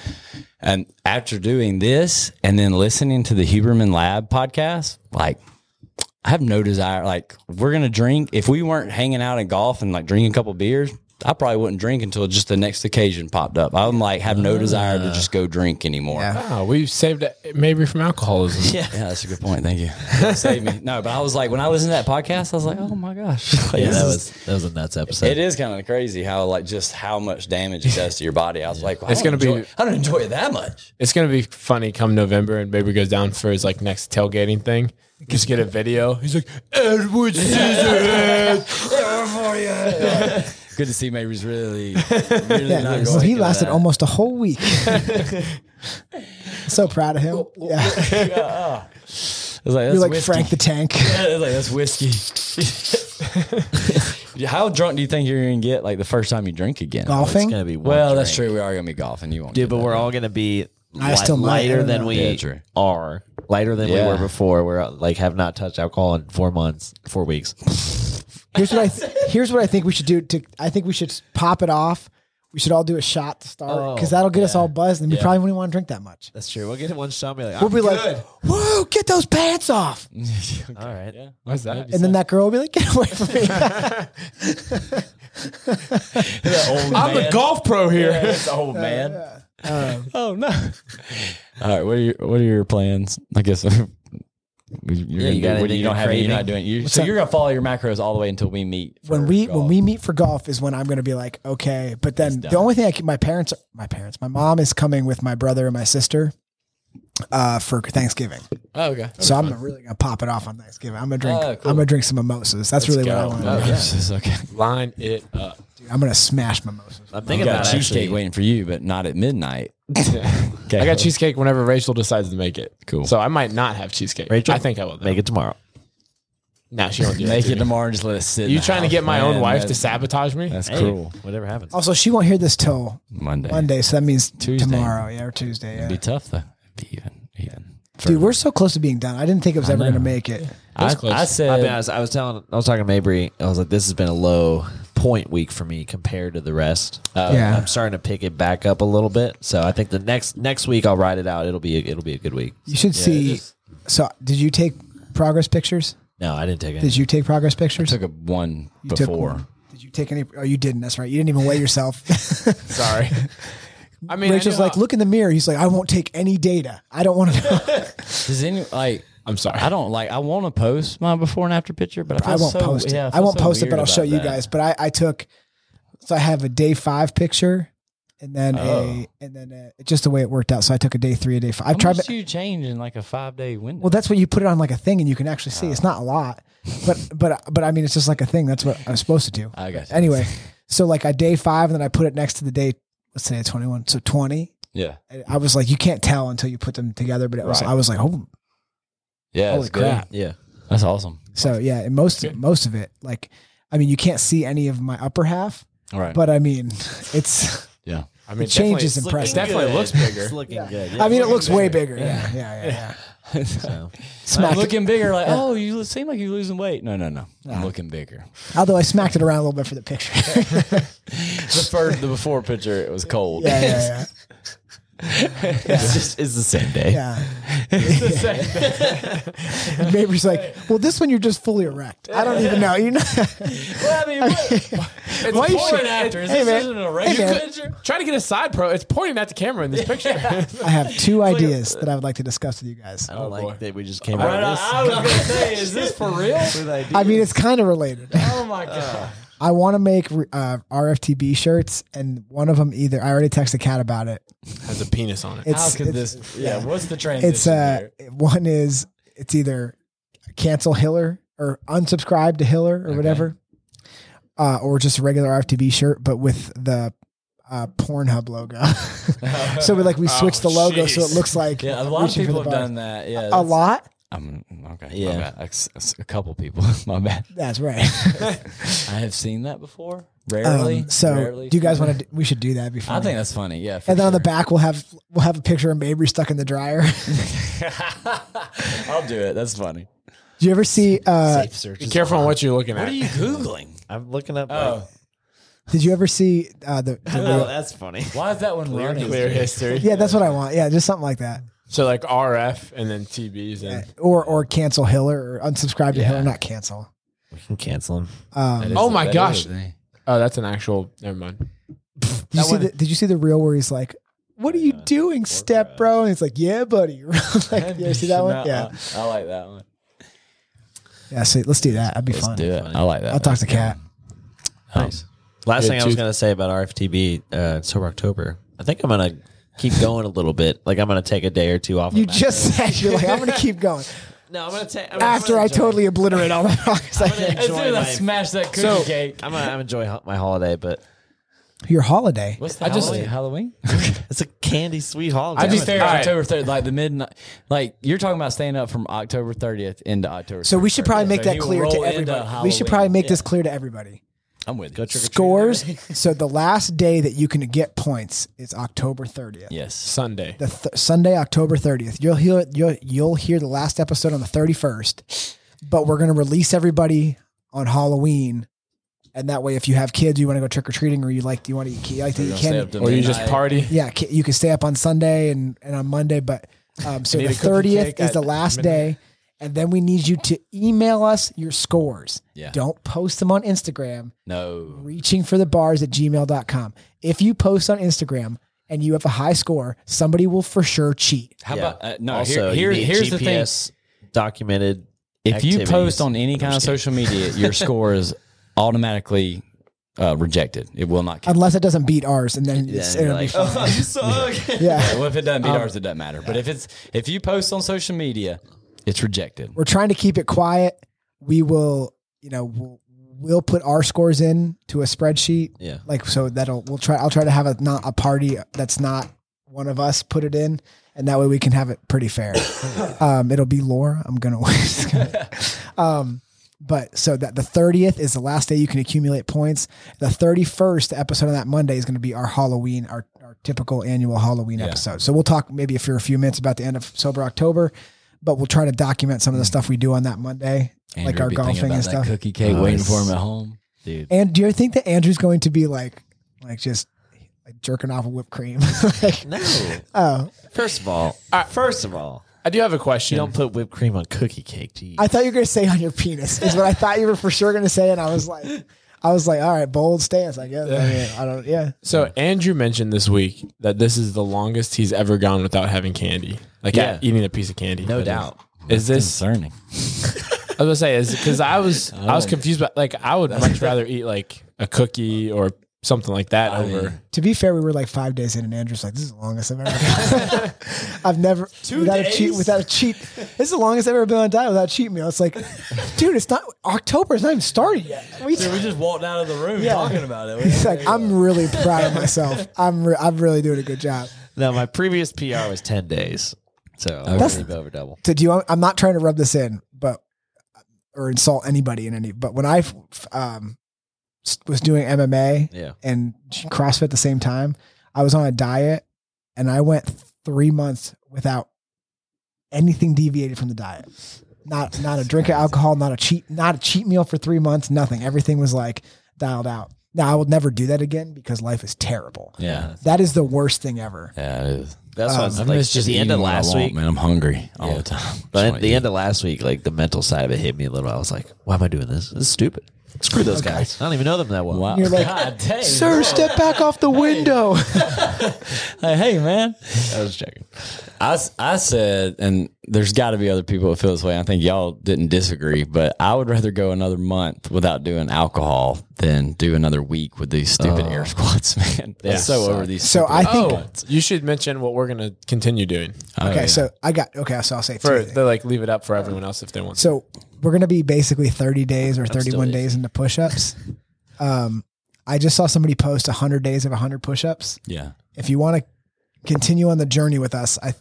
And after doing this and then listening to the Huberman Lab podcast, like I have no desire. Like we're gonna drink. If we weren't hanging out and golf and like drinking a couple beers, I probably wouldn't drink until just the next occasion popped up. I'm like have no desire to just go drink anymore. Yeah, Wow, Oh, we saved it maybe from alcoholism. Yeah. that's a good point. Thank you. Save me. No, but I was like when I listened to that podcast, I was like, oh my gosh, Like, Yeah, this is- that was that was a nuts episode. It is kind of crazy how like just how much damage it does to your body. I was like, well, I It's don't gonna be- enjoy- I don't enjoy it that much. It's gonna be funny come November and Baby goes down for his like next tailgating thing. Just get a video. He's like Edward Scissorhands. Good to see. Maybe he's really, really yeah, not well, going he into lasted that. almost a whole week. so proud of him. Yeah. I was like, You're that's like whiskey. Frank the Tank. It's like that's whiskey. How drunk do you think you're gonna get like the first time you drink again? It's Golfing. gonna be one well, drink. that's true. We are gonna be golfing. You won't, dude. get But that we're drunk. all gonna be Uh-huh. I li- still might, I lighter don't than know. we Yeah, true. are, lighter than Yeah. we were before. We're uh, like have not touched alcohol in four months, four weeks. Here's what I th- here's what I think we should do. To I think we should s- pop it off. We should all do a shot to start because Oh, that'll get us all buzzed, and we probably wouldn't want to drink that much. That's true. We'll get one shot. We're like, "Ah, We'll be like, "Whoa, get those pants off!" all right. What's that? And then that girl will be like, "Get away from me!" I'm the golf pro here. That's old man. Um, oh no. All right. What are your What are your plans? I guess. You're yeah, you got what anything you don't you're have. You're not craving? doing. You, so you're gonna follow your macros all the way until we meet. when for we golf. when we meet for golf is when I'm going to be like, okay. But then the only thing I keep my parents, my parents, my mom is coming with my brother and my sister uh, for Thanksgiving. Oh, okay. so I'm really going to pop it off on Thanksgiving. I'm going to drink. Ah, Oh, cool. I'm going to drink some mimosas. That's really go. what I Oh, want. to yeah. It's okay. Line it up. do. I'm going to smash mimosas. I'm I thinking got about cheesecake actually. waiting for you, but not at midnight. okay. I got cheesecake whenever Rachel decides to make it. Cool. So I might not have cheesecake. Rachel, I think I will. though. Make it tomorrow. No, she won't do that. Make to it me. tomorrow. Just let it sit. in You the trying to house, get my own man, wife to that's- sabotage me? That's Hey, Oh, cruel. Whatever happens. Also, she won't hear this till Monday. Monday, so that means Tuesday. tomorrow, yeah, or Tuesday. Yeah. It'd be tough though. It'd be even. Even. Dude, we're so close to being done. I didn't think it was ever know. going to make it. I, close. I said. I'll be honest. I was telling, I was talking to Mabry. I was like, this has been a low point week for me compared to the rest. Uh, Yeah. I'm starting to pick it back up a little bit. So I think the next next week I'll ride it out. It'll be a, it'll be a good week. You should see. just- so, did you take progress pictures? No, I didn't take Did it. you take progress pictures? took a one You took- before. Did you take any? Oh, you didn't. That's right. You didn't even weigh yourself. Sorry. I mean, I Rachel's knew like, how- look in the mirror. He's like, I won't take any data. I don't want to know. Does any like? I'm sorry. I don't like. I want to post my before and after picture, but I, feel I won't so- post it. yeah, I, feel won't so post it, weird but I'll show about you that. guys. But I, I took, so I have a day five picture, and then Oh. a, and then a, just the way it worked out. So I took a day three, a day five. I've How tried. much do you change in like a five day window? Well, that's what you put it on like a thing, and you can actually see. It's Oh. not a lot, but but but I mean, it's just like a thing. That's what I'm supposed to do. I got you. Anyway, so like a day five, and then I put it next to the day. Let's say twenty one. So twenty. yeah, And I was like, you can't tell until you put them together. But it was, Right. I was like, oh, yeah. Holy it's good. crap. Yeah. That's awesome. so yeah. And most most of it, like, I mean, you can't see any of my upper half, All right. but I mean, it's. yeah. I mean, it changes definitely- in press. It definitely looks bigger. It's looking good. I mean, it looks. looks way bigger. Yeah, yeah, yeah. yeah. So. Smacked it. looking bigger, like oh, you seem like you're losing weight. No, no, no. I'm looking bigger. Although I smacked it around a little bit for the picture. The first, the before picture, it was cold. yeah, yeah, It's just it's the same day. yeah. yeah. Neighbor's like, well, this one you're just fully erect. I don't even know. You know, Well, I mean, what- It's Why you pointing should- at- after is Hey, this man. isn't a regular man. picture. Try to get a side pro. It's pointing at the camera in this picture. I have two ideas that I would like to discuss with you guys. I don't like boy. that we just came Oh, Right, out I, I of was gonna say, is this for real? this. I mean, it's kind of related. Oh my god! I want to make uh, RFTB shirts, and one of them either I already texted Cat about it. Has a penis on it. It's How could it's, this? Yeah, what's the transition? it's uh one is it's either cancel Hiller or unsubscribe to Hiller or whatever, uh, or just a regular RFTB shirt, but with the uh, Pornhub logo. so we like we switch the logo so it jeez. looks like Oh, yeah, a lot of reaching for people the have bar. done that. Yeah, A that's- lot. I'm, Mm, okay. Yeah. Yeah, a, s- a s- a couple people. My bad. That's right. I have seen that before. Um, Rarely. so Rarely. do you guys want to? We should do that before. I think that's funny. Yeah. for And then on the sure. back we'll have we'll have a picture of Mabry stuck in the dryer. I'll do it. That's funny. do you ever see? Uh, Be careful on what you're looking at. googling? I'm looking up. like- Oh, did you ever see uh, the? the oh, real- that's funny. why is that one running? Clear history. yeah, that's what I want. Yeah, just something like that. Uh, So like RF and then TBs and or or cancel Hiller or unsubscribe to Hiller, not cancel. We can cancel him. Um, That did Oh is- my that gosh. is a thing. oh, that's an actual. Never mind. you see the Did you see the reel where he's like, "What are you doing, step bro?" And he's like, "Yeah, buddy." like, you ever see that one? Yeah, I, I like that one. yeah. See, let's do that. That'd be fun. Do it. I like that. I'll talk to Cat. Oh. Nice. Last Yeah, thing I was two- going to say about RFTB, uh, Sober October. I think I'm going to keep going a little bit. Like I'm going to take a day or two off. of You that. just said you're like, "I'm gonna keep going." no. I'm going to take After I totally obliterate all the rocks. I gonna did. As soon enjoy as I my- smash that cookie So- cake. I'm gonna I'm enjoy ho- my holiday, but Your holiday. What's the I just- Halloween? it's a candy sweet holiday. I I'm just gonna- fair All right. October third, like the midnight. Like you're talking about staying up from October thirtieth into October. So we should probably 31st. make So that you clear roll to into everybody. We Halloween. should probably make this clear to everybody. I'm with you. Go trick or Scores. so the last day that you can get points is October 30th. Yes. Sunday. the th- Sunday, October 30th. You'll hear you'll, you'll hear the last episode on the 31st, but we're going to release everybody on Halloween. And that way, if you have kids, you want to go trick or treating, or you like you want to eat, you like to eat candy. Or you just party. Yeah, ki- you can stay up on Sunday and, and on Monday, but um, so Need the a cookie 30th cake is at the last midnight. day, and then we need you to email us your scores. Yeah. Don't post them on Instagram No. reaching for the bars at gmail.com. If you post on Instagram and you have a high score, somebody will for sure cheat. How Yeah. about uh, no? Also, here, here- you need here's the thing. GPS Documented. If you activities. post on any kind of social media, your score is automatically uh, rejected. It will not count. Unless it doesn't beat ours and then it's then you're it'll be like, "Oh, fine. you suck." Yeah. well, if it doesn't beat ours, it doesn't matter. But if it's if you post on social media, it's rejected. We're trying to keep it quiet. We will, you know, we'll, we'll put our scores in to a spreadsheet. Yeah. Like so that'll we'll try I'll try to have a not a party that's not one of us put it in and that way we can have it pretty fair. um it'll be Laura. I'm gonna um But so that the 30th is the last day you can accumulate points. The 31st episode of that Monday is going to be our Halloween, our, our typical annual Halloween episode. So we'll talk maybe for a few minutes about the end of Sober October, but we'll try to document some of the stuff we do on that Monday, like Mm. Andrew our be thinking golfing about and that stuff. Cookie cake waiting for him at home. dude. And do you think that Andrew's going to be like, like just like jerking off a whipped cream? like, No. oh, First of all, first of all, I do have a you question. don't put whipped cream on cookie cake. Do you? I thought you were going to say on your penis is what I thought you were for sure going to say, and I was like, I was like, all right, bold stance, I guess. I mean, I don't, yeah. So Andrew mentioned this week that this is the longest he's ever gone without having candy, like Yeah. eating a piece of candy. no That doubt. Is, is this? Concerning. I was gonna say is because I was I Oh. was confused, but like I would much rather eat like a cookie or something like that over. To be fair, we were like five days in, and Andrew's like, "This is the longest I've ever gone. I've never without a cheat without a cheat. This is the longest I've ever been on a diet without a cheat meal." It's like, dude, it's not October. It's not even started yet. We just walked out of the room talking about it. it's like I'm really proud of myself. I'm re- I'm really doing a good job. No, my previous PR was ten days, so I That's- was over double. to do I'm not trying to rub this in, but or insult anybody in any. But when I f- um, s- was doing MMA Yeah. and CrossFit at the same time, I was on a diet, and I went three months without anything deviated from the diet. Not not a drink of alcohol, not a cheat, not a cheat meal for three months. Nothing. Everything was like dialed out. Now I will never do that again because life is terrible. Yeah. That is the worst thing ever. Yeah, it is. That's what I like, miss just the end eating of what I last want, week. man. I'm hungry all Yeah. the time. Just But wanna at the eat. end of last week, like the mental side of it hit me a little. I was like, "Why am I doing this? This is stupid. Screw those guys. I don't even know them that well." Wow. You're like, God dang. Sir, step back off the window. Hey, hey, man. I was checking. I, s- I said, and there's got to be other people that feel this way. I think y'all didn't disagree, but I would rather go another month without doing alcohol than do another week with these stupid air squats, man. They're so over these. so I think Oh, you should mention what we're gonna continue doing Oh, Okay, so I got okay. So I'll say for two. they like leave it up for everyone else if they want. So we're gonna be basically thirty days or thirty-one days into push-ups. um, I just saw somebody post hundred days of hundred push-ups. yeah. If you want to continue on the journey with us, I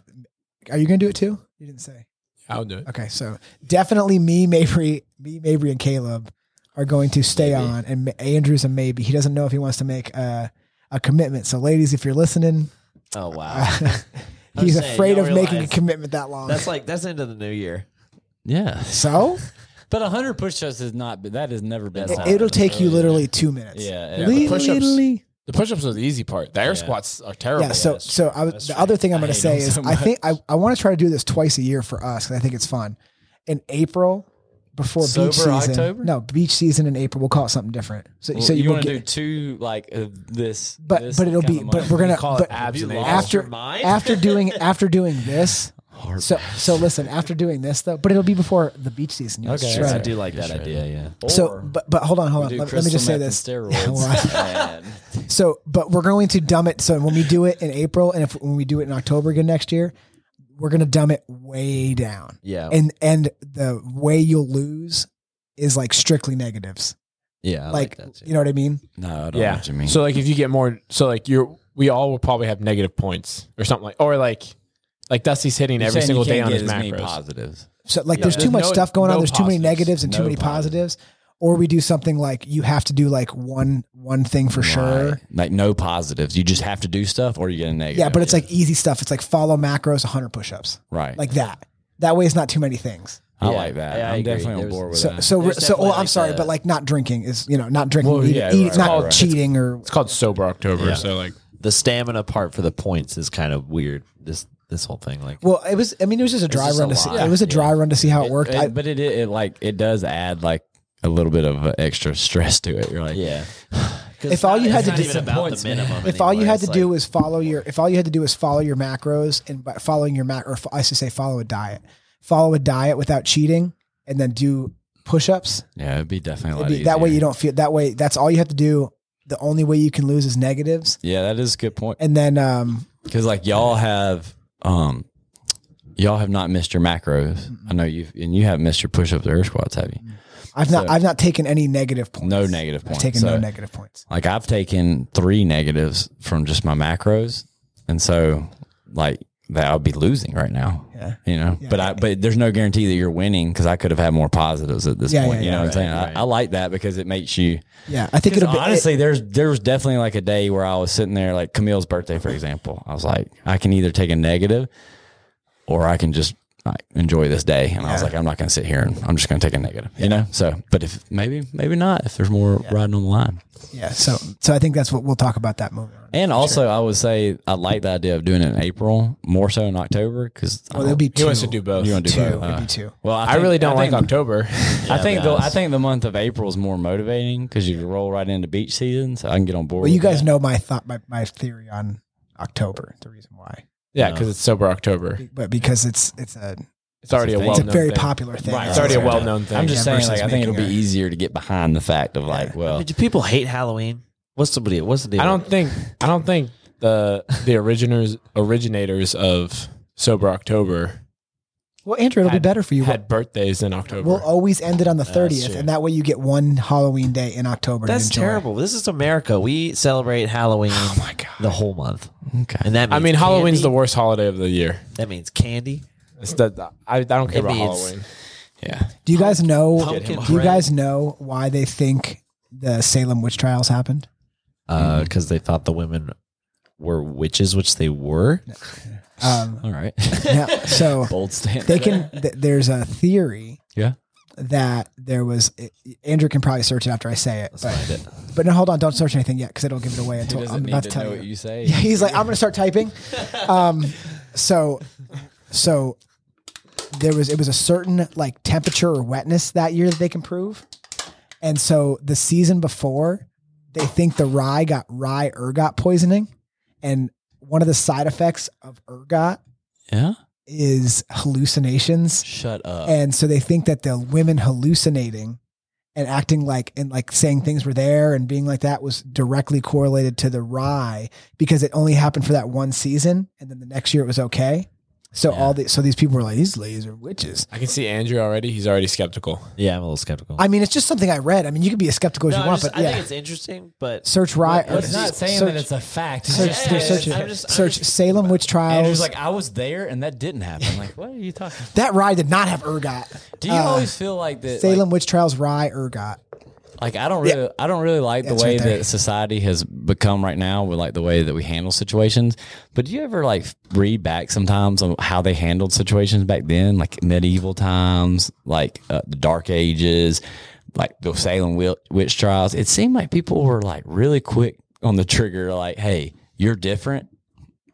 are you gonna do it too? You didn't say. I'll do it. Okay, so definitely me, Mabry, me, Mabry, and Caleb are going to stay on, and Ma- Andrew's a maybe. He doesn't know if he wants to make a, a commitment. So, ladies, if you're listening, Oh wow. he's saying, afraid y'all of making a realize- commitment that long. That's like that's the end of the new year. Yeah. so But 100 push ups is not, that has never been. That's It- It'll take you literally two minutes. Yeah. Yeah, Lee- the push-ups- literally. The push-ups are the easy part. The air squats are terrible. Yeah. So, so I, was- the other thing I'm going to say is I think I, I want to try to do this twice a year for us because I think it's fun. In April, before Sober beach season, October? no beach season in April. We'll call it something different. So, so you, you will want get, to do two, like uh, this. but this but it'll be kinda but month? we're gonna call it but abs and abs. after Your mind? after doing after doing this. So so listen after doing this though, but it'll be before the beach season. Okay, That's I do like that idea. Yeah. So, but but hold on, hold on. do Let, let me just say crystal this. meth and Well, so, but we're going to dumb it. So when we do it in April, and if when we do it in October again next year, we're going to dumb it way down. Yeah. And and the way you'll lose is like strictly negatives. yeah. I like that too. you know what I mean? No, I don't know yeah. what you mean. So like if you get more, so like you're, we all will probably have negative points or something like, or like, like Dusty's hitting every single day on his macros. positives. So like there's too There's much no- stuff going on. no There's too many positives. negatives and too No many positives. Or we do something like you have to do like one one thing for sure. Right. Like no positives. You just have to do stuff or you get a negative. Uh, Yeah, but it's like easy stuff. It's like follow macros, 100 push-ups. Right. Like that. That way it's not too many things. I Yeah, like that. yeah, I I'm agree. definitely on There's- board with So, that. so, we're- There's so oh, definitely I'm like uh, sorry, the- but like not drinking is, you know, not drinking, Well, eating, yeah, eating- right, it's not right, right. cheating or It's called sober October. So like, the stamina part for the points is kind of weird. This this whole thing. Like well, it was. I mean, it was just a dry just run a to see. lot. It was a dry run to see how it worked. It- I, but it, it like it does add like a little bit of uh, extra stress to it. You're like, yeah. If all you had to do- about the minimum. if all you anyway, had to it's do like- was follow your, if all you had to do was follow your macros and by following your mac, or fo- I should say follow a diet, follow a diet without cheating, and then do push-ups. yeah, it'd be definitely a It'd lot be- that way easier. you don't feel. That way, that's all you have to do. The only way you can lose is negatives, Yeah, that is a good point. and then um, Because like y'all have, um, y'all have not missed your macros. Mm-hmm. I know you've and you haven't missed your push ups or air squats, have you? I've not, I've not taken any negative points. No negative points. Mm-hmm. I've taken no So- negative points. like I've taken three negatives from just my macros, and so like that I'll be losing right now. Yeah. You know, but I, but there's no guarantee that you're winning because I could have had more positives at this Yeah, point. yeah, you know what yeah. I'm saying? I, I like that because it makes you, Yeah, I think it'll be honestly, there's there was definitely like a day where I was sitting there, like Camille's birthday, for example. I was like, I can either take a negative, or I can just like, enjoy this day. And I was like, I'm not going to sit here and I'm just going to take a negative, you know. So, but if maybe maybe not if there's more riding on the line. it- yeah. So so I think that's what we'll talk about that movie. on. And also, I would say I like the idea of doing it in April more so in October because Well, there'll be two. He wants to do both. you want to do two. both. It'd be two. Well, I think- really don't I think- like October. I think the I think the month of April is more motivating because you roll right into beach season, so I can get on board. Well, you with guys that. know my thought, my, my theory on October. The reason why, yeah, because it's sober October. but because it's it's a It's already a thing. well. it's a known very thing. popular thing. Right, It's already a Sorry. well known thing. I'm just Yeah, saying, like versus I think it'll be making a- easier to get behind the fact of like, I well, mean, do people hate Halloween? oh. What's the deal? What's the deal? I don't think I don't think the the originators originators of sober October Well, Andrew, it'll Had- be better for you. had birthdays in October. We'll uh, always end it on the thirtieth, true. and that way you get one Halloween day in October. to That's enjoy. terrible. This is America. We celebrate Halloween the whole month. okay. And that means I mean, Halloween's the candy. worst holiday of the year. That means candy. It's the, I, I don't care It about means- Halloween. yeah, Do you guys know? Pumpkin Do you bread. guys know why they think the Salem witch trials happened? Because Uh, they thought the women were witches, which they were. Um, all right, yeah, so bold stance. they can. Th- there's a theory. Yeah. That there was eh, Andrew can probably search it after I say it. But, find it. but no, hold on, don't search anything yet because it'll give it away until I'm about to tell you. say. Yeah, he's like, I'm gonna start typing. Um, so, so there was it was a certain like temperature or wetness that year that they can prove, and so the season before, they think the rye got rye ergot poisoning, and one of the side effects of ergot Yeah, is hallucinations, shut up. and so they think that the women hallucinating. And acting like and like saying things were there and being like that was directly correlated to the rye because it only happened for that one season, and then the next year it was okay. So all the so these people were like these ladies are witches. I can see Andrew already. He's already skeptical. Yeah, I'm a little skeptical. I mean, it's just something I read. I mean, you can be as skeptical as No, you I'm want, just- but yeah, I think it's interesting, but search rye. Well, it's or- not search, a fact. search, Yeah, they're yeah, searching- I'm just- I'm search just- Salem witch trials. I was there and that didn't happen. Like, what are you talking? about? that rye did not have ergot. Do you always feel like that? like- Uh, Salem witch trials rye ergot. Like I don't really, I don't really like the That's way right there. that society has become right now with like the way that we handle situations. But do you ever like read back sometimes on how they handled situations back then, like medieval times, like uh, the Dark Ages, like the Salem wi- witch trials? It seemed like people were like really quick on the trigger, like, "Hey, you're different."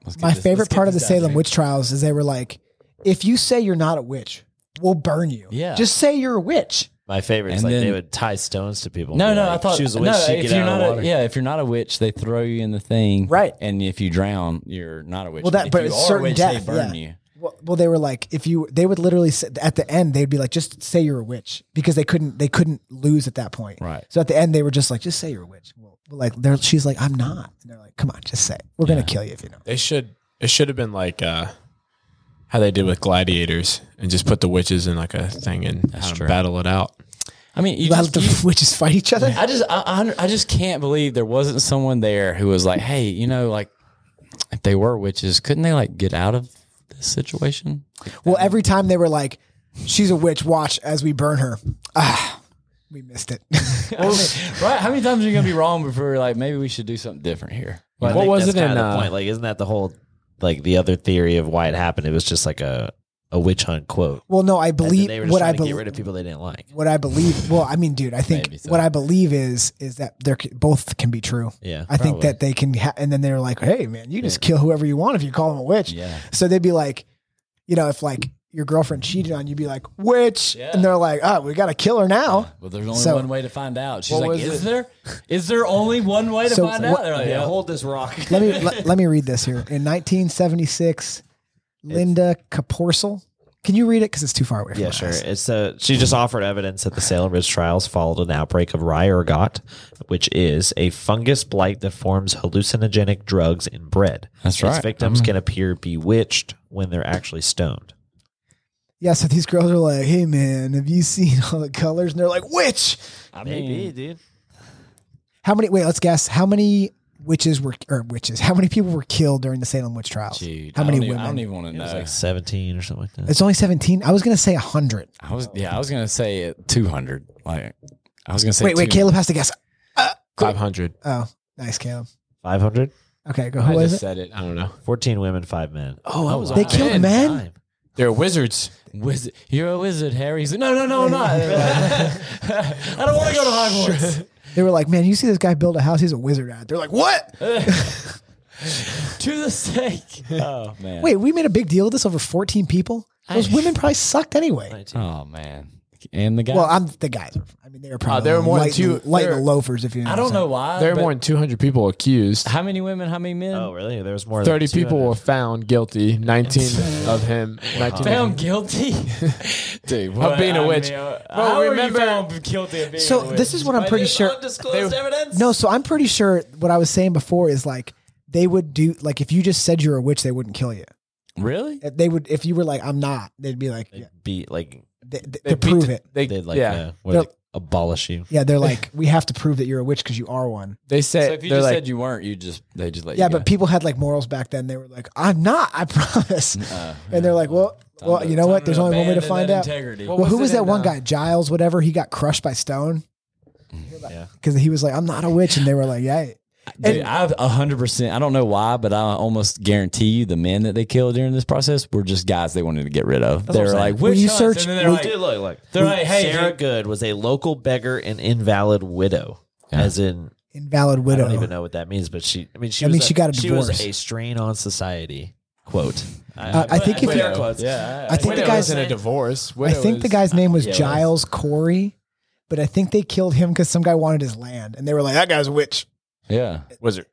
Let's get My this- favorite let's get part of the this done. Salem witch trials is they were like, if you say you're not a witch, we'll burn you. Yeah. just say you're a witch. my favorite And is like they then- would tie stones to people. and No, be no, like, I thought she was a witch. no, she'd if get you're out of not the a- water. yeah, if you're not a witch, they throw you in the thing, Right. And if you drown, you're not a witch. Well, that- if but you it's are a certain witch, death, They burn yeah. you. Well, well, they were like, if you, they would literally say, at the end, they'd be like, just say you're a witch because they couldn't, they couldn't lose at that point. Right. So at the end, they were just like, just say you're a witch. Well, well, like, they're, she's like, I'm not. And they're like, come on, just say it. We're gonna kill you if you don't. They should. It should have been like uh, how they did with gladiators and just put the witches in like a thing and kinda true. battle it out. I mean, you You have just, the you- witches fight each other. I just, I, I, I just can't believe there wasn't someone there who was like, "Hey, you know, like, if they were witches, couldn't they like get out of this situation?" Well, every time they were like, she's a witch. Watch as we burn her. Ah, we missed it. right? How many times are you gonna be wrong before you're like, maybe we should do something different here? Well, I What think was that's it in, kinda the uh, point? Like, isn't that the whole like the other theory of why it happened? It was just like a a witch hunt quote. well, no, I And then believe they were just what trying I to believe. get rid of people they didn't like. what I believe. Well, I mean, dude, I Maybe think so. what I believe is is that they're c- both can be true. Yeah, I think that they can, ha- and then they're like, "Hey, man, you just kill whoever you want if you call them a witch." Yeah. So they'd be like, you know, if like your girlfriend cheated on you, be like, "Witch," and they're like, "Oh, we got to kill her now." Well, there's only So- one way to find out. She's like, was "Is there? Is there only one way to So find what- out?" They're like, yeah. hold this rock. Let me let, let me read this here. In 1976, Linda Caporsel. Can you read it? Because it's too far away. From Yeah, my sure. eyes. It's uh she just offered evidence that the Salem witch trials followed an outbreak of rye ergot, which is a fungus blight that forms hallucinogenic drugs in bread. That's Its right. Mm-hmm. victims can appear bewitched when they're actually stoned. Yeah. So these girls are like, "Hey, man, have you seen all the colors?" And they're like, "Witch." I Maybe, dude. How many? Wait, let's guess. How many witches were or witches. How many people were killed during the Salem witch trials? Dude, how I many don't e-, even- women? I don't even want to know. like 17 or something like that. It's only seventeen. I was gonna say hundred. I was yeah, I was gonna say two hundred. Like I was gonna say Wait, wait. 200. Caleb has to guess. Five hundred. Oh, nice, Caleb. 500? Okay, go. I Who was just it? said it. I don't know. 14 women, 5 men. Oh, I was they on killed it. men. Time. They're wizards. Wizard, you're a wizard, Harry. He's like, no, no, no, I'm not. I don't want to go to Hogwarts. They were like, man, you see this guy build a house? He's a wizard at. it." They're like, what? to the stake. Oh man. Wait, we made a big deal of this over fourteen people. Those women probably sucked anyway. Oh man. And the guy. Well, I'm the guys. are- I Uh, mean, they were probably there were more than light, two- light there- loafers. If you, know I what I'm don't saying. know why. There are Uh, but more than two hundred people accused. How many women? How many men? Oh, really? There was more Thirty than 200. people were found guilty. Nineteen of him. Nineteen. Found guilty, dude. Of being a I witch. mean, uh, Bro, how remember- Are you found guilty of being So a witch? this is what I'm By pretty this sure- Undisclosed evidence. No, so I'm pretty sure what I was saying before is like they would do like if you just said you're a witch, they wouldn't kill you. really. If They would if you were like I'm not, they'd be like yeah, Beat, like, they, they, They to beat prove the- it. They, they'd like, yeah. uh, what, They're- like, abolish you. Yeah, they're like we have to prove that you're a witch because you are one. they So say if you they're just like said you weren't, you just they just let Yeah, you. but people had like morals back then. They were like I'm not, I promise. uh, and they're like, well, well, you know what? There's only one way to find out. Integrity. Well, who was was it that in, one uh, guy? Giles, whatever. He got crushed by stone. Yeah. Because he was like, I'm not a witch. And they were like, yeah. Dude, I've a hundred percent. I don't know why, but I almost guarantee you the men that they killed during this process were just guys they wanted to get rid of. they what were I'm saying. like, Will "Which you hunts?" search- And then they're will like, Dude, look, look. they're like, "Hey, Sarah dude." Good was a local beggar and invalid widow. As in, Invalid I widow. don't even know what that means, but she, I mean, she, That was, means a, she got a divorce. was a strain on society. Quote. I, Uh, I think if put you- air quotes. yeah, I think the widow guy's isn't a divorce. I Widow think the is- guy's name was yeah, it was. Giles Corey, but I think they killed him because some guy wanted his land, and they were like, "That guy's a witch." yeah, wizard.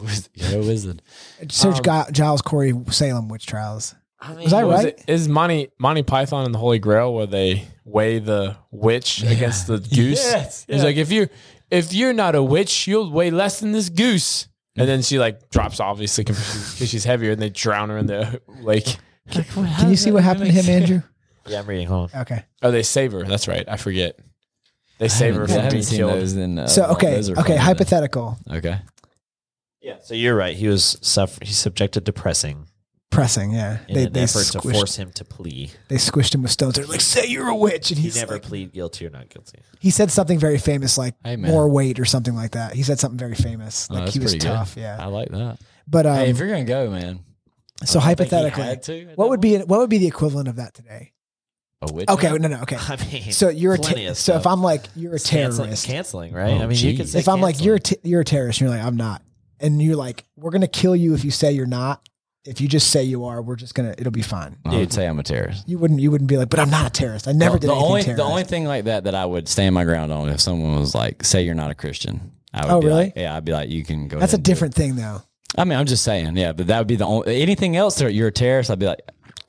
Wiz- yeah, wizard. Search Um, Gi- Giles Corey Salem witch trials. I mean, Was I What was right? it? Is Monty Monty Python and the Holy Grail where they weigh the witch against the goose? Yes, He's yeah. like, if you if you're not a witch, you'll weigh less than this goose. And then she like drops obviously because she's heavier, and they drown her in the lake. Can you see what happened to him, Andrew? Yeah, I'm reading. Hold on. Okay. Oh, they save her. That's right. I forget. They save her Yeah, I from haven't being seen killed. those in. Uh, So okay, those are okay, fun. hypothetical Okay, Yeah, so you're right. He was suffer- he's subjected to pressing pressing. Yeah, in they an they effort to squished, force him to plea. they squished him with stones. They're like, "Say you're a witch," and He he's never like- plead guilty or not guilty. he said something very famous, like Hey, man. "more weight" or something like that. He said something very famous, like that's he was pretty good. tough. Yeah, I like that. but um, hey, if you're gonna go, man, so I think hypothetically, he had to at what that would be what would be the equivalent of that today? a witch. Okay, no, no, okay. I mean, So you're a plenty ter- of so if stuff. I'm like you're a It's canceling- terrorist, Oh, canceling, right? I mean, you could geez. say if I'm like canceling. you're a t- you're a terrorist, and you're like I'm not, and you're like we're gonna kill you if you say you're not. If you just say you are, we're just gonna it'll be fine. I would say I'm a terrorist. You wouldn't you wouldn't be like, but I'm not a terrorist. I never the, did the anything only terrorist. the only thing like that that I would stand my ground on if someone was like, "Say you're not a Christian." I would Oh, be really? Like, yeah, I'd be like, "You can go." That's ahead a and do it." different thing though. I mean, I'm just saying, yeah, but that would be the only anything else that you're a terrorist. I'd be like,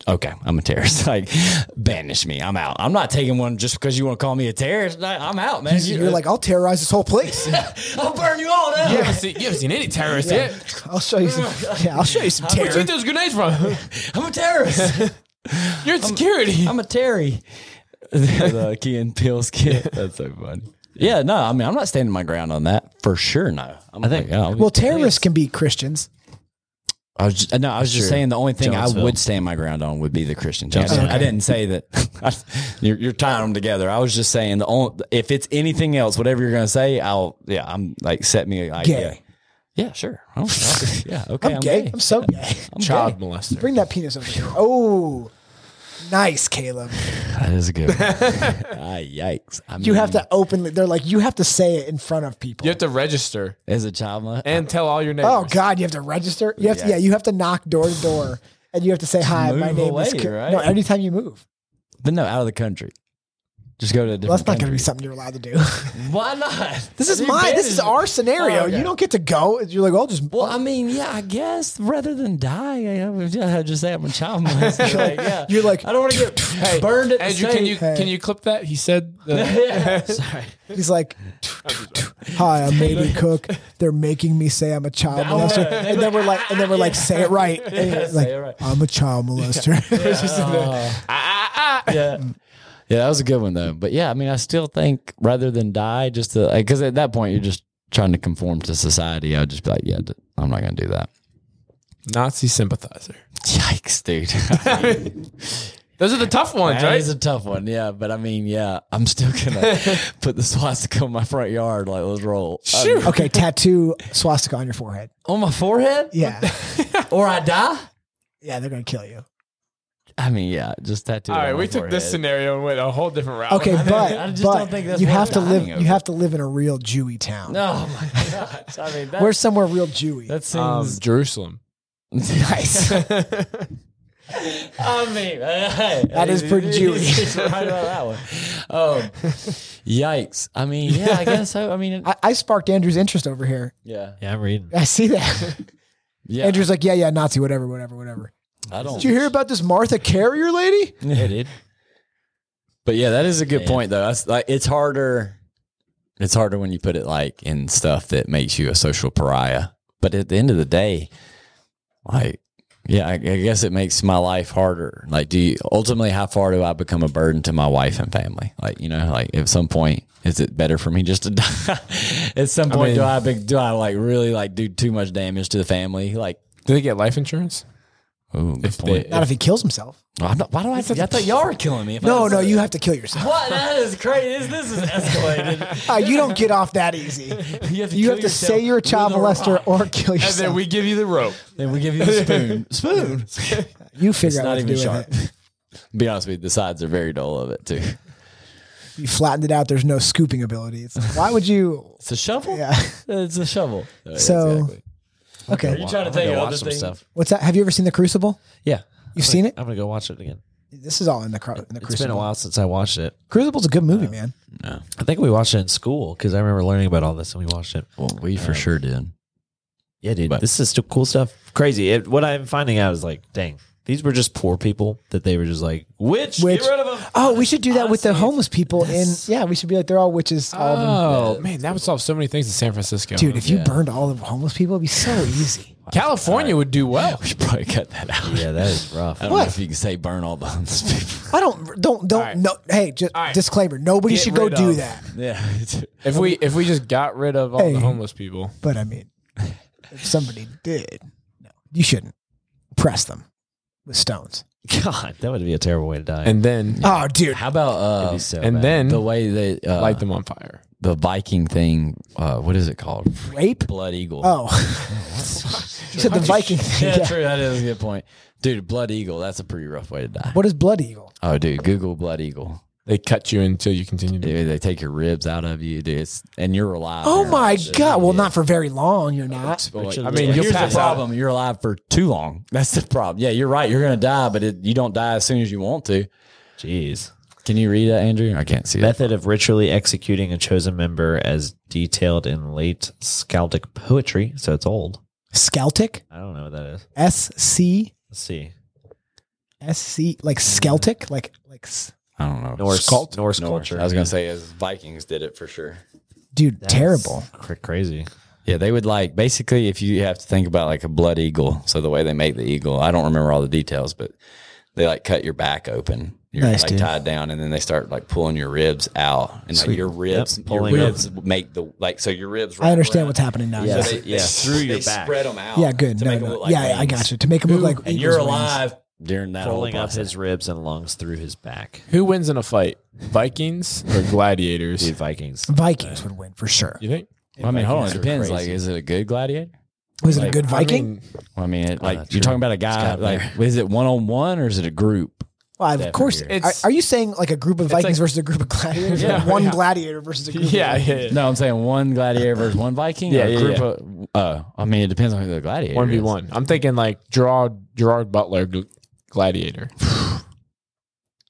okay, I'm a terrorist. like, banish me. I'm out. I'm not taking one just because you want to call me a terrorist. I, I'm out, man. You're, like I'll terrorize this whole place. I'll burn you all down. You haven't seen, you haven't seen any terrorists yet. I'll show you some. Yeah, I'll show you some Where'd you terror. get those grenades from? I'm a terrorist. You're in security. I'm a Terry. the uh, Key and Peele skit. That's so funny. Yeah, no, I mean, I'm not standing my ground on that for sure. No, I'm think- like, yeah, I'll be- Well, terrorists can be Christians. I was just, no, I was just Sure. saying the only thing I Jonesville. would stand my ground on would be the Christian church. I didn't say that you're, you're tying them together. I was just saying the only if it's anything else, whatever you're going to say, I'll yeah, I'm like set me like Gay. Yeah, yeah sure. Oh, okay. yeah, okay, I'm, gay. I'm so gay. I'm Child gay. molester. Bring that penis over here. Oh, nice, Caleb. That is a good. One. ah, yikes! I You have mean, to openly. They're like you have to say it in front of people. You have to register as a child. mo- and tell all your neighbors. Oh God, you have to register. You have to, yeah, you have to knock door to door, and you have to say hi. My move name is away, Ca-" right? no. Anytime you move, but no, out of the country. Just go to a different. well, that's not going to country. be something you're allowed to do. Why not? this is You my. This banish is me. our scenario. Oh, okay. You don't get to go. You're like, I'll just. Well, I mean, yeah, I guess rather than die, I, I would just, I'd just say I'm a child molester. like, yeah. You're like. I don't want to get Hey, burned at Andrew, the can you Hey. can you clip that? He said the, He's like, hi, I'm Amy Cook. They're making me say I'm a child molester, and then we're like, and then we're like, say it right. And he's like, say it right. I'm a child molester. It's just in the- yeah. Yeah, that was a good one though. But yeah, I mean, I still think rather than die, just to because at that point you're just trying to conform to society, I'd just be like, yeah, d- I'm not going to do that. Nazi sympathizer. Yikes, dude. Those are the tough ones, That right? is a tough one, yeah. But I mean, yeah, I'm still gonna put the swastika on my front yard. Like, let's roll. I mean, Okay, tattoo swastika on your forehead. on my forehead, Yeah, or I die. yeah, they're gonna kill you. I mean, yeah, just tattoo. All it right, on we my took this forehead. scenario and went a whole different route. Okay, but I just but don't think that's you worth have to live. dying over. You have to live in a real Jewy town. Oh my gosh! I mean, that, We're um, somewhere real Jewy. that Um, seems Jerusalem. nice. I mean, hey, That is pretty Jewish. he's right about that one. Um, yikes! I mean, yeah, I guess so. I mean, I, I sparked Andrew's interest over here. yeah, Yeah, I'm reading. I see that. yeah. Andrew's like, yeah, yeah, Nazi, whatever, whatever, whatever. I don't. Did you hear about this Martha Carrier lady? Yeah, dude. But yeah, that is a good point though. That's like it's harder. It's harder when you put it like in stuff that makes you a social pariah. But at the end of the day, like, yeah, I, I guess it makes my life harder. Like, do you ultimately how far do I become a burden to my wife and family? Like, you know, like at some point, is it better for me just to die? at some point, do I be, do I like really like do too much damage to the family? Like, Do they get life insurance? ooh, good they- point. Not if he kills himself. I'm not- why do I? I thought y'all were killing me. If I No, was- no, you have to kill yourself. what? That is crazy. This, this is escalated. Uh, you don't get off that easy. You have to, You kill have to yourself say you're a child with molester rock. or kill And then yourself. we give you the rope. Then we give you the spoon. spoon. you It's figure out what not to even do sharp. with it. Be honest with you, the sides are very dull of it too. You flattened it out. There's no scooping ability. It's like, why would you? It's a shovel. Yeah. It's a shovel. Oh, yeah, So- Okay. You're trying to take all watch this some thing. stuff. What's that? Have you ever seen The Crucible? Yeah, You've seen it? I'm gonna go watch it again. This is all in the, cru- in the Crucible. It's been a while since I watched it. Crucible's a good movie, man. I think we watched it in school because I remember learning about all this and we watched it. Well, we for sure did. Yeah, dude, But- this is still cool stuff. Crazy. It, what I'm finding out is like, dang, these were just poor people that they were just like, witch, Witch. get rid of them. Oh, we should do that with the homeless people. In yeah, we should be like they're all witches. All of them. Oh man, that would solve so many things in San Francisco. Dude, if you burned all the homeless people, it'd be so easy. California would do well. We should probably cut that out. Yeah, that is rough. I don't know if you can say burn all bombs. people. I don't don't don't right. no. Hey, just right. disclaimer: nobody Get should go rid do of. that. yeah. If we if we just got rid of all Hey. the homeless people, But I mean, if somebody did, no, you shouldn't press them with stones. God, that would be a terrible way to die. and then Oh, dude, How about It'd uh, be so and bad. then the way that uh, light them on fire. the Viking thing? Uh, what is it called? rape. Blood eagle. Oh, you said the Viking thing. yeah, Yeah. true. That is a good point, dude. Blood eagle. That's a pretty rough way to die. What is blood eagle? Oh, dude, Google blood eagle. They cut you until you continue to. Dude, they take your ribs out of you, dude. It's, and you're alive. Oh there. my Shit. god! Well, not for very long. You're not. It's- well, Richard I Lewis. mean, here's You'll the pass out. problem. You're alive for too long. That's the problem. Yeah, you're right. You're gonna die, but it, you don't die as soon as you want to. Jeez. Can you read that, Andrew? I can't see that. Method of ritually executing a chosen member as detailed in late Skaldic poetry. So it's old. Skeltic. I don't know what that is. S C Let's see. S C like Skeltic like like. s- I don't know. Norse, Skald- Norse Norse. culture. I was gonna say, as Vikings did it for sure. Dude, That's terrible. cr- crazy. Yeah, they would like basically if you have to think about like a blood eagle. So the way they make the eagle, I don't remember all the details, but they like cut your back open. You're Nice, like dude. tied down, and then they start like pulling your ribs out, and like your ribs, Yep, your pulling up. ribs make the like so your ribs. I understand what's what's happening now. Yeah. Yeah, So they, Yeah, they- through they your back. spread them out. good. to No, make 'em no. look like yeah, yeah, I wings. got you. To make him look like And eagle's you're wings. alive during that Pulling whole up process. his ribs and lungs through his back. Who wins in a fight, Vikings or gladiators? Dude, Vikings. Vikings would win for sure. You think? I mean, hold on. It Vikings are depends. crazy. Like, is it a good gladiator? Was it a Like, good Viking? I mean, Well, I mean, it, like that's you're true. talking about a guy. gotta be. Like, is it one on one or is it a group? well, of course. definitely. Are, It's- are you saying like a group of Vikings like- versus a group of gladiators? Yeah, Like one yeah. gladiator versus a group. yeah, Of yeah, yeah. No, I'm saying one gladiator versus one Viking. Yeah, or a yeah, group yeah. Of, uh, I mean, it depends on who the gladiator. one v is. one. I'm thinking like Gerard Gerard Butler, gl- gladiator,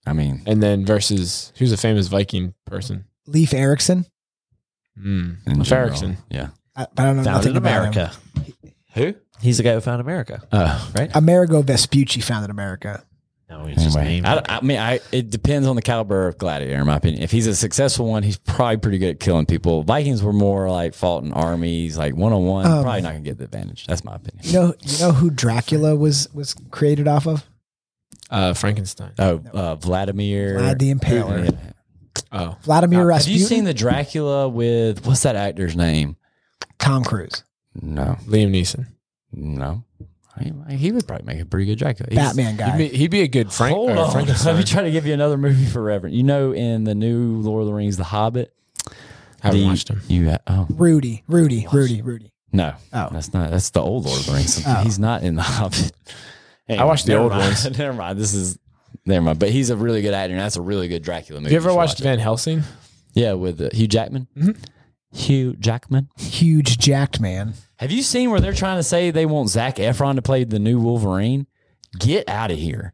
I mean, and then versus who's a famous Viking person? Leif Erikson. Mm. in general, Ferrickson. Yeah. I, but I don't know Founded nothing about him. America. Who? He's the guy who founded America. Oh, Right? Amerigo Vespucci founded America. No, he's just anyway, named. I, don't- I mean, I it depends on the caliber of gladiator, in my opinion. If he's a successful one, he's probably pretty good at killing people. Vikings were more like fought in armies, like one on one. Um, Probably not gonna get the advantage. That's my opinion. You know, you know who Dracula was was created off of? Uh, Frankenstein. Oh, uh, Vladimir. Vlad the Impaler. Yeah. Oh, Vladimir Have you Rasputin. seen the Dracula with what's that actor's name? Tom Cruise, No, Liam Neeson. no. He, he would probably make a pretty good Dracula. He's- Batman He'd guy. be, he'd be a good Frank. Hold or on. Let me Frankenstein. try to give you another movie for Reverend. You know, in the new Lord of the Rings, The Hobbit. haven't the- watched him. You ha- oh Rudy, Rudy, Rudy, Rudy. no, Oh. that's not that's the old Lord of the Rings. Oh. He's not in The Hobbit. I watched the Never old mind. ones. never mind. This is never mind. But he's a really good actor, and that's a really good Dracula movie. You ever should watched watch it. Van Mm-hmm. Helsing? Yeah, with uh, Hugh Jackman. Hugh Jackman. Huge jacked man. Have you seen where they're trying to say they want Zach Efron to play the new Wolverine? Get out of here.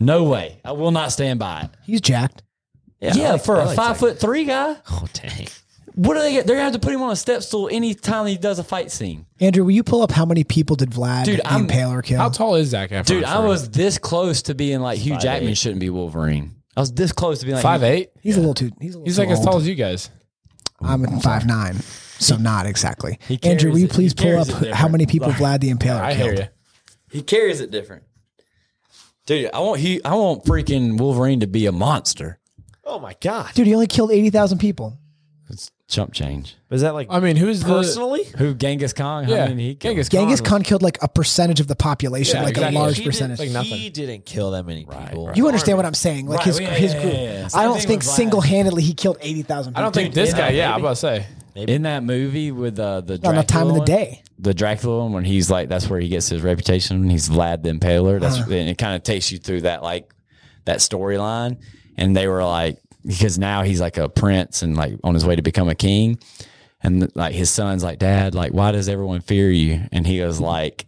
No way. I will not stand by it. He's jacked. Yeah, for a five foot three guy, Oh dang! what do they get? They're gonna have to put him on a step stool anytime he does a fight scene. Andrew, will you pull up how many people did Vlad Dude, I'm- and Paler kill? How tall is Zach Efron? Dude, I for- was this close to being like Hugh Jackman shouldn't be Wolverine. I was this close to being like five eight. he's a little too. He's, a little He's too like as old. tall as you guys. I'm at five nine, so not exactly. Andrew, carries will you it- he please pull up carries it how many people Vlad the Impaler I killed? hear you. He carries it different. Dude, I want he I want freaking Wolverine to be a monster. Oh my god! Dude, he only killed eighty thousand people. It's chump change. Is that like I mean, who's the personally? Who Genghis Khan? yeah? I mean, he killed- Genghis Khan. Genghis was- Khan killed like a percentage of the population, Yeah, like exactly. a large He percentage. Didn't, Like nothing. He didn't kill that many people. right. you understand what I'm saying? Like Right, his yeah, his yeah, group. yeah, yeah. I Same don't thing think with Vlad. single handedly he killed eighty thousand. I don't think this guy. Yeah, I'm about to say. in that movie with uh, the on the time of Dracula the one- day. the Dracula one when he's like that's where he gets his reputation when he's Vlad the Impaler. That's and it kind of takes you through that like that storyline. And they were like because now he's like a prince and like on his way to become a king. And like his son's like, Dad, like why does everyone fear you? And he was like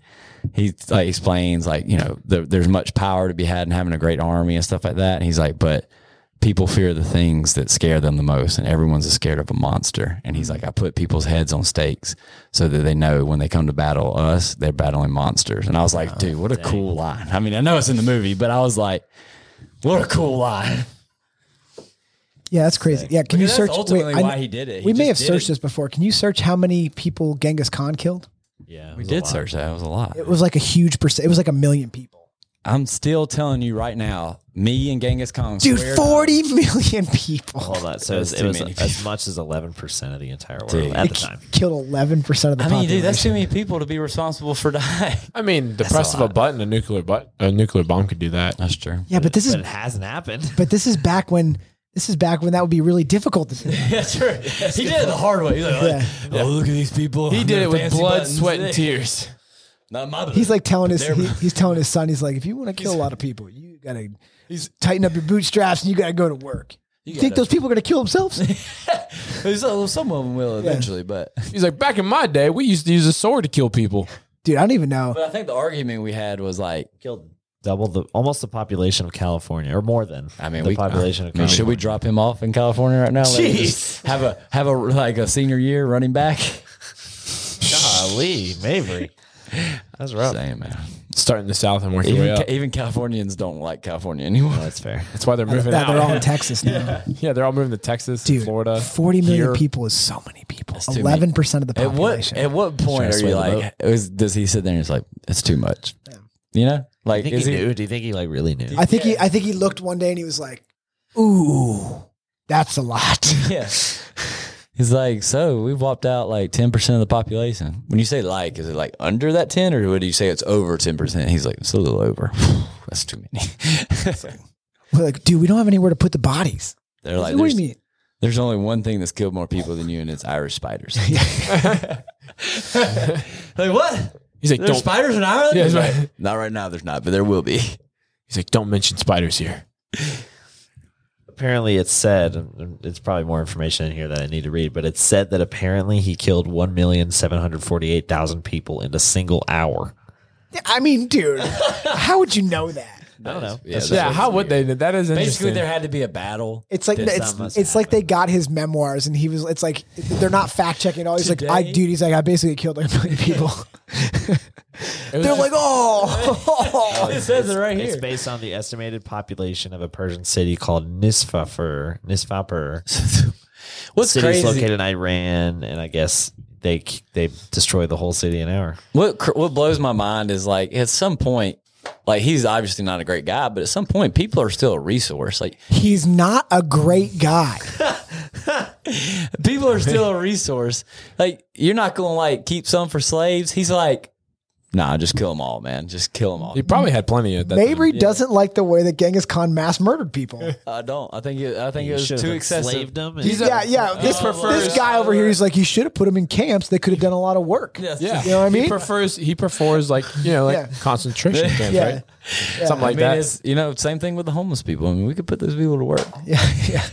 he like explains like you know there there's much power to be had in having a great army and stuff like that. And he's like, but people fear the things that scare them the most, and everyone's scared of a monster. And he's like, I put people's heads on stakes so that they know when they come to battle us, they're battling monsters. And I was like, dude, what a cool line. I mean, I know it's in the movie, but I was like, what a cool line. Yeah, that's crazy. Yeah, can you that's search? ultimately I- why he did it. He we may just have did searched it. this before. Can you search how many people Genghis Khan killed? Yeah, We did search that. It was a lot. It was like a huge percent. It was like a million people. I'm still telling you right now, me and Genghis Khan. Dude, squared up. forty million people. Hold on. So it was, That's too many as much as eleven percent of the entire world Dude. at the K- time. Killed eleven percent of the I mean, population. dude, that's too many people to be responsible for dying. I mean, the press of a button, a nuclear but a nuclear bomb could do that. That's true. yeah, but this is But it hasn't happened. but this is back when this is back when that would be really difficult to do. That's true. He did it the hard way. He's like, Yeah. oh, look at these people. He did it with blood, sweat, and tears. tears. Not my He's like telling his They're- he, he's telling his son he's like if you want to kill a lot of people you gotta tighten up your bootstraps and you gotta go to work. You, think gotta- those people are gonna kill themselves? so, uh, some of them will eventually, but He's like, back in my day, we used to use a sword to kill people. Dude, I don't even know. but I think the argument we had was like, Killed double the almost the population of California, or more than. I mean, the we uh, population I of mean, California. should we drop him off in California right now? Like, just have a have a like a senior year running back. Golly, Maverick. That's rough. Damn man, Starting in the south and working your way even, up. Ca- even Californians don't like California anymore. That's fair. That's why they're moving Yeah, out. they're all in Texas now. yeah, they're all moving to Texas, Dude, Florida. forty million here. people is so many people. too many. Eleven percent of the At what population. at what point are sway you the like? Is, does he sit there and he's like, it's too much? You know, like I think is he, he? knew. Do you think he like really knew? I think he I think he looked one day and he was like, ooh, that's a lot. Yeah. He's like, so we've whopped out like 10% of the population. When you say like, is it like under that 10 or would you say it's over 10%? He's like, it's a little over. That's too many. We're like, dude, we don't have anywhere to put the bodies. They're like, what there's, do you mean? there's only one thing that's killed more people than you, and it's Irish spiders. like, what? He's like, There's don't. spiders in Ireland? Yeah, He's that's right. like, not right now, there's not, but there will be. He's like, don't mention spiders here. apparently it's said and it's probably more information in here that i need to read but it's said that apparently he killed 1,748,000 people in a single hour I mean, dude, how would you know that? i don't know Yeah, Yeah, how would they? That is interesting. Basically, there had to be a battle. It's like Did it's, something it's must like they got his memoirs and he was it's like they're not fact checking at all. He's like, I Today- dude, he's like, I basically killed like a million people. they're like, oh, It says it right it's based on the estimated population of a persian city called nisfafur nisfapur What's city's crazy? located in iran and i guess they they destroy the whole city in an hour What cr- what blows my mind is like at some point, like he's obviously not a great guy, but at some point, people are still a resource. Like he's not a great guy. People are still a resource. Like you're not going to like keep some for slaves. He's like, nah, just kill them all, man. Just kill them all. He probably had plenty of that. Mabry doesn't like the way that Genghis Khan mass murdered people. I don't. I think it, I think it was Should've too excessive. enslaved him. and- He's a- yeah, yeah. This, prefers- this guy over here, he's like, you should have put him in camps. They could have done a lot of work. Yes. Yeah, You know what I mean? He prefers he prefers like you know like Yeah. concentration camps, Yeah. right? Something I like mean, that. it's you know same thing with the homeless people. I mean, we could put those people to work. Yeah, yeah.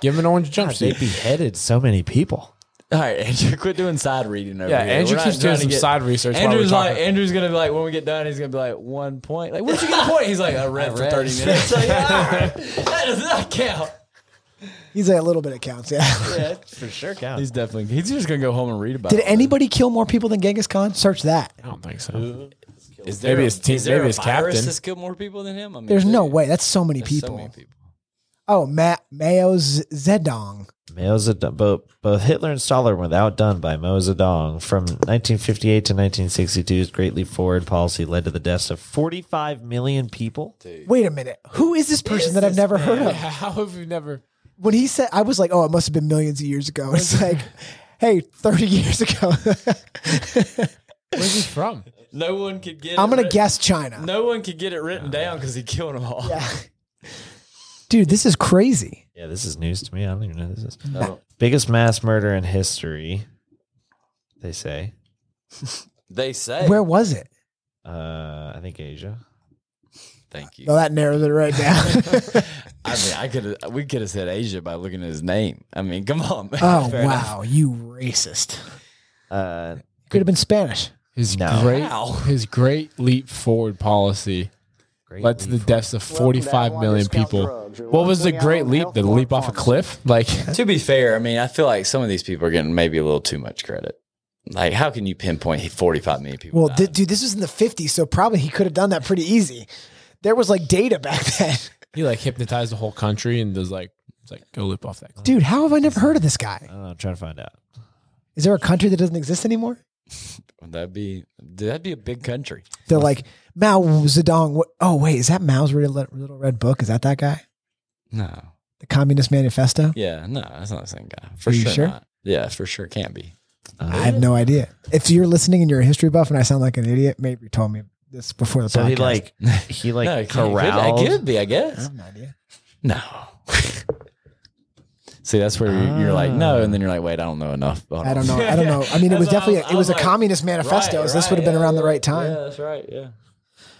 Give him an orange they jumpsuit. beheaded so many people. All right, Andrew, quit doing side reading over Yeah, here. Andrew We're not keeps doing trying to some side research while Andrew's we're like, talking. Andrew's gonna be like, when we get done, he's gonna be like, one point. Like, where'd you get a point? He's like, I read for thirty minutes. Like, "All right, that does not count. He's like, a little bit of counts. Yeah. Yeah, for sure counts. He's definitely. He's just gonna go home and read about. Did it. anybody kill more people than Genghis Khan? Search that. I don't think so. Is maybe his team- is there maybe a virus his captain. that's killed more people than him? I mean, There's no dude, way. That's so many there's people. So many people. Oh, Ma- Mao Z- Zedong. Mao Zedong, both, both Hitler and Stalin were outdone by Mao Zedong. From 1958 to 1962's Great Leap Forward policy led to the deaths of 45 million people. Wait a minute. Who is this person that I've never heard of? How have you never? When he said, I was like, oh, it must have been millions of years ago. It's like, hey, 30 years ago. Where's he from? No one could get. I'm it going to writ- guess China. No one could get it written down because he killed them all. Yeah. Dude, this is crazy. Yeah, this is news to me. I don't even know this is. Biggest mass murder in history, they say. They say. Where was it? Uh, I think Asia. Thank you. Well, that narrows it right down. I mean, I could. have We could have said Asia by looking at his name. I mean, come on. man. oh, Fair enough. wow. You racist. Uh, Could have been Spanish. His No. great Wow. his great leap forward policy great led to the deaths of 45 million people. What was the great leap? The leap off a cliff? Like To be fair, I mean, I feel like some of these people are getting maybe a little too much credit. Like, how can you pinpoint 45 million people? Well, died? di- dude, this was in the 50s, so probably he could have done that pretty easy. There was like data back then. he like hypnotized the whole country and does like it's like go leap off that cliff. Dude, how have I never heard of this guy? I don't know. I'm trying to find out. Is there a country that doesn't exist anymore? that'd be that'd be a big country. They're like Mao Zedong. What, oh wait, is that Mao's Red- little red book? Is that that guy? No, The Communist Manifesto? yeah, no, that's not the same guy for Are you sure. sure? Not. Yeah, for sure can't be. I have no idea. If you're listening and you're a history buff and I sound like an idiot, maybe you told me this before the So podcast. he like he like no, it can't- it could- corralled. It could be, I I guess. have no idea. No. See, that's where you're, you're like no, and then you're like, wait, I don't know enough. Hold I on. don't know. I don't know. I mean, it was That's what I definitely was- a, I it was was a like, Communist Manifesto. so this would have been around the right time. Yeah, that's right. Yeah.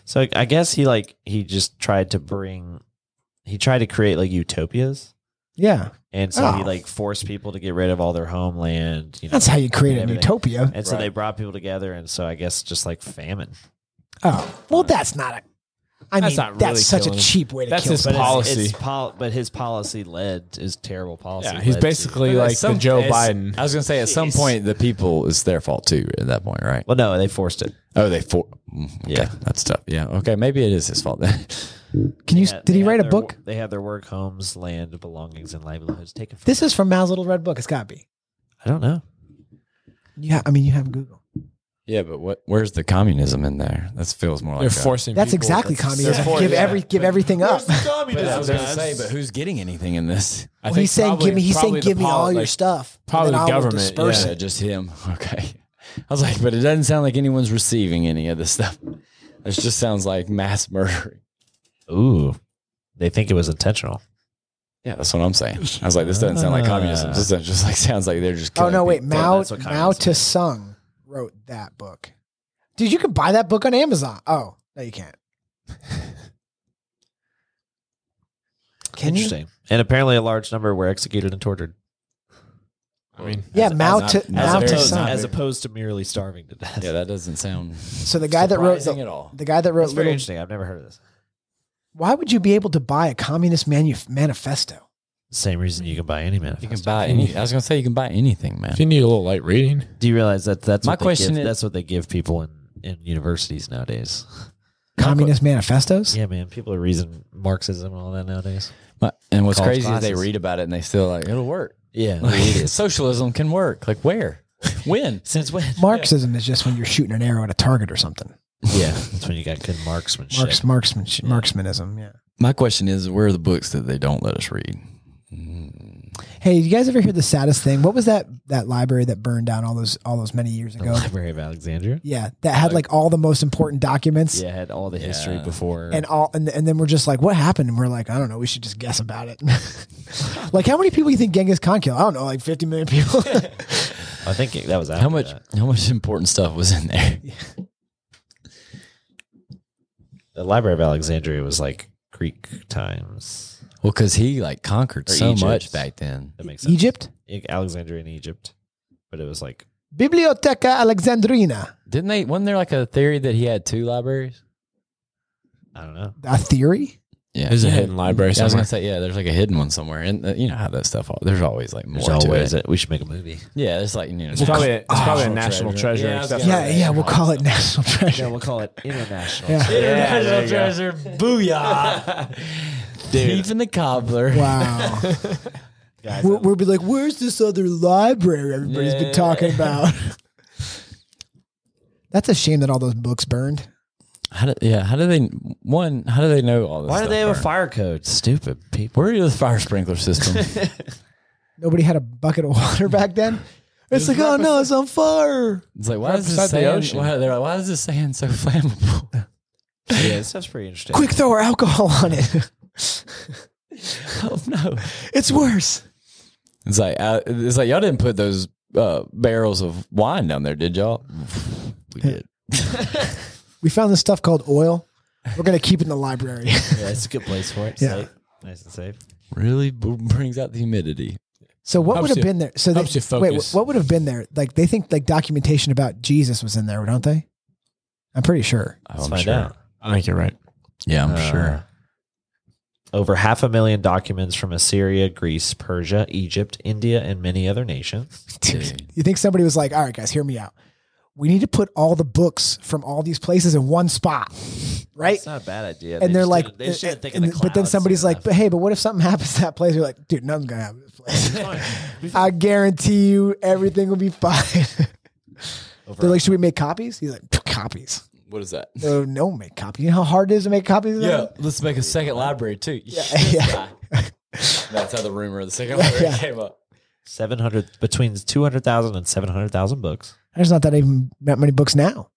So I guess he like he just tried to bring he tried to create like utopias. Yeah, And so he Oh. like forced people to get rid of all their homeland. You know, that's how you create an Everything. utopia. and so they brought people together. And so I guess just like famine. Oh, well, that's not. a I That's mean, not that's really such a killing. cheap way to That's kill. his somebody. policy. It's pol- but his policy led is terrible policy. Yeah, he's led to- basically like the Some- Joe it's- Biden. I was gonna say at some point the people it's their fault too at that point, right? well, no, they forced it. Oh, they for mm, okay. Yeah. that's tough. Yeah, okay, maybe it is his fault then. Can you? Yeah, did they he had write a their- book? They had their work, homes, land, belongings, and livelihoods taken. From This is from Mao's little red book. It's got to be. I don't know. Yeah, I mean, you have Google. yeah, but what? Where's the communism in there? That feels more They're like forcing That's people- exactly communism. give every give everything up. But I was gonna say, but who's getting anything in this? I Well, think he's saying probably- give me. He's saying probably the give me all poli- your like, stuff. and probably then the I will government, disperse yeah. it. Yeah, just him. Okay, I was like, but it doesn't sound like anyone's receiving any of this stuff. It just sounds like mass murdering. Ooh, they think it was intentional. Yeah, that's what I'm saying. I was like, this doesn't sound like communism. This doesn't just like sounds like they're just. Oh killing no, wait. people. Mao that's what Mao communism is. Tsung wrote that book. Dude, you can buy that book on Amazon. Oh no, you can't. Can Interesting. And apparently, a large number were executed and tortured, I mean, You? Yeah, Mao not- to that's Mao very opposed, not- Tsung. as opposed to merely starving to death. Yeah, that doesn't sound So the guy that wrote surprising the, at all. the guy that wrote That's very little, interesting. I've never heard of this. why would you be able to buy a communist manuf- manifesto? Same reason you can buy any manifesto. You can buy any. I was gonna say you can buy anything, man. if you need a little light reading, Do you realize that that's My what they question give- is- that's what they give people in in universities nowadays. Communist manifestos? Yeah, man, people are reading Marxism and all that nowadays. But- And what's College crazy is classes. they read about it and they still like it'll work. Yeah, Like, socialism can work. Like where, when? since when? Marxism is just when you're shooting an arrow at a target or something. yeah, that's when you got good marksmanship. Marx, Marxman, Marxmanism. Yeah. My question is, where are the books that they don't let us read? Hey, you guys ever hear the saddest thing? What was that that library that burned down all those all those many years ago? Library of Alexandria. Yeah, that had like all the most important documents. Yeah, had all the history before. And all and, and then we're just like, what happened? And we're like, I don't know. We should just guess about it. like, how many people you think Genghis Khan killed? I don't know, like fifty million people. I think it- that was after How much? That. How much important stuff was in there? The Library of Alexandria was like Greek times. Well, because he like conquered Or so Egypt. much back then. That makes sense. Egypt, Egypt, Alexandria, in Egypt, but it was like Bibliotheca Alexandrina. Didn't they? Wasn't there like a theory that he had two libraries? I don't know. A theory? Yeah, There's a hidden library Yeah, I was somewhere. gonna say yeah. There's like a hidden one somewhere, and uh, you know how that stuff. al- There's always like more There's to always it. it. We should make a movie. Yeah, there's like you know. It's probably a, it's probably a National national treasure. treasure. Yeah, I was except gonna- for- Yeah, yeah. We'll call it National Treasure. we'll call it international. Yeah. Yeah, there you go. booyah! Thief and the cobbler. Wow. we'll, we'll be like, where's this other library everybody's been talking about? That's a shame that all those books burned. How do, yeah, how do they? One, how do they know all this? Why do stuff they have a burned? fire code? Stupid people. Where is the fire sprinkler system? Nobody had a bucket of water back then. It's like, oh no, it's on fire. It's like why is beside this the sand? ocean. Why, they're like, why is this sand so flammable? Yeah, this stuff's pretty interesting. Quick, throw our alcohol on it. oh no! It's worse. It's like uh, it's like y'all didn't put those uh, barrels of wine down there, did y'all? We did. We found this stuff called oil. We're gonna keep it in the library. Yeah, it's a good place for it. Yeah. Safe. Nice and safe. Really b- brings out the humidity. So what would Helps have you- been there? So they, helps you wait, focus. what would have been there? Like they think like documentation about Jesus was in there, don't they? I'm pretty sure. Oh, Let's I'm find sure. out. I think you're right. Yeah, I'm Uh, sure. Over half a million documents from Assyria, Greece, Persia, Egypt, India, and many other nations. Dude. You think somebody was like, all right, guys, hear me out. We need to put all the books from all these places in one spot, right? It's not a bad idea. and They they are just like, eh, uh, didn't- they should think of and- the but then clouds somebody's and like, but hey, but what if something happens to that place? You're like, dude, nothing's gonna happen to this place. I guarantee you, everything will be fine. Over They're like, should we make copies? He's like, copies. What is that? No, no, make copies. You know how hard it is to make copies. Of Yeah, that? let's make a second library too. yeah. That's how the rumor of the second library Yeah. came up. 700 between 200,000 and 700,000 books. There's not that even that many books now.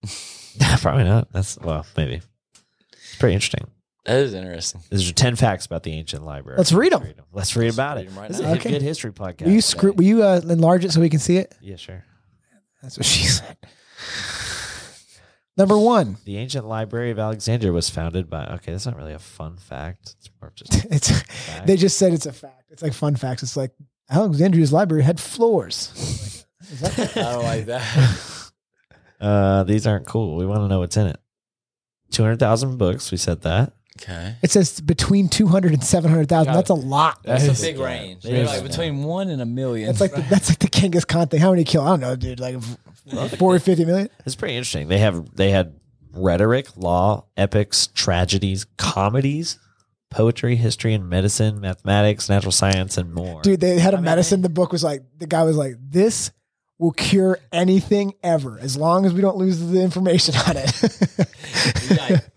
Probably not. That's well, maybe. It's pretty interesting. That is interesting. These are 10 facts about the ancient library. Let's read 'em. Let's read, about read it. 'em right this now. is Okay. a good history podcast. Will you screw? Will you uh, enlarge it so we can see it? Yeah, sure. That's what she said. Number one, The ancient library of Alexandria was founded by Okay, that's not really a fun fact. It's more of just it's they just said it's a fact. It's like fun facts. It's like Alexandria's library had floors. I don't like that. uh these aren't cool. We want to know what's in it. 200,000 books, we said that. Okay. It says between 200 and 700,000. That's a lot. That That's is- a big range. It is. Like between one and a million. That's like the, that's like the Genghis Khan thing. How many kill? I don't know, dude. Like four or fifty million. It's pretty interesting. They have they had rhetoric, law, epics, tragedies, comedies, poetry, history, and medicine, mathematics, natural science, and more. Dude, they had a medicine. The book was like the guy was like, "This will cure anything ever, as long as we don't lose the information on it."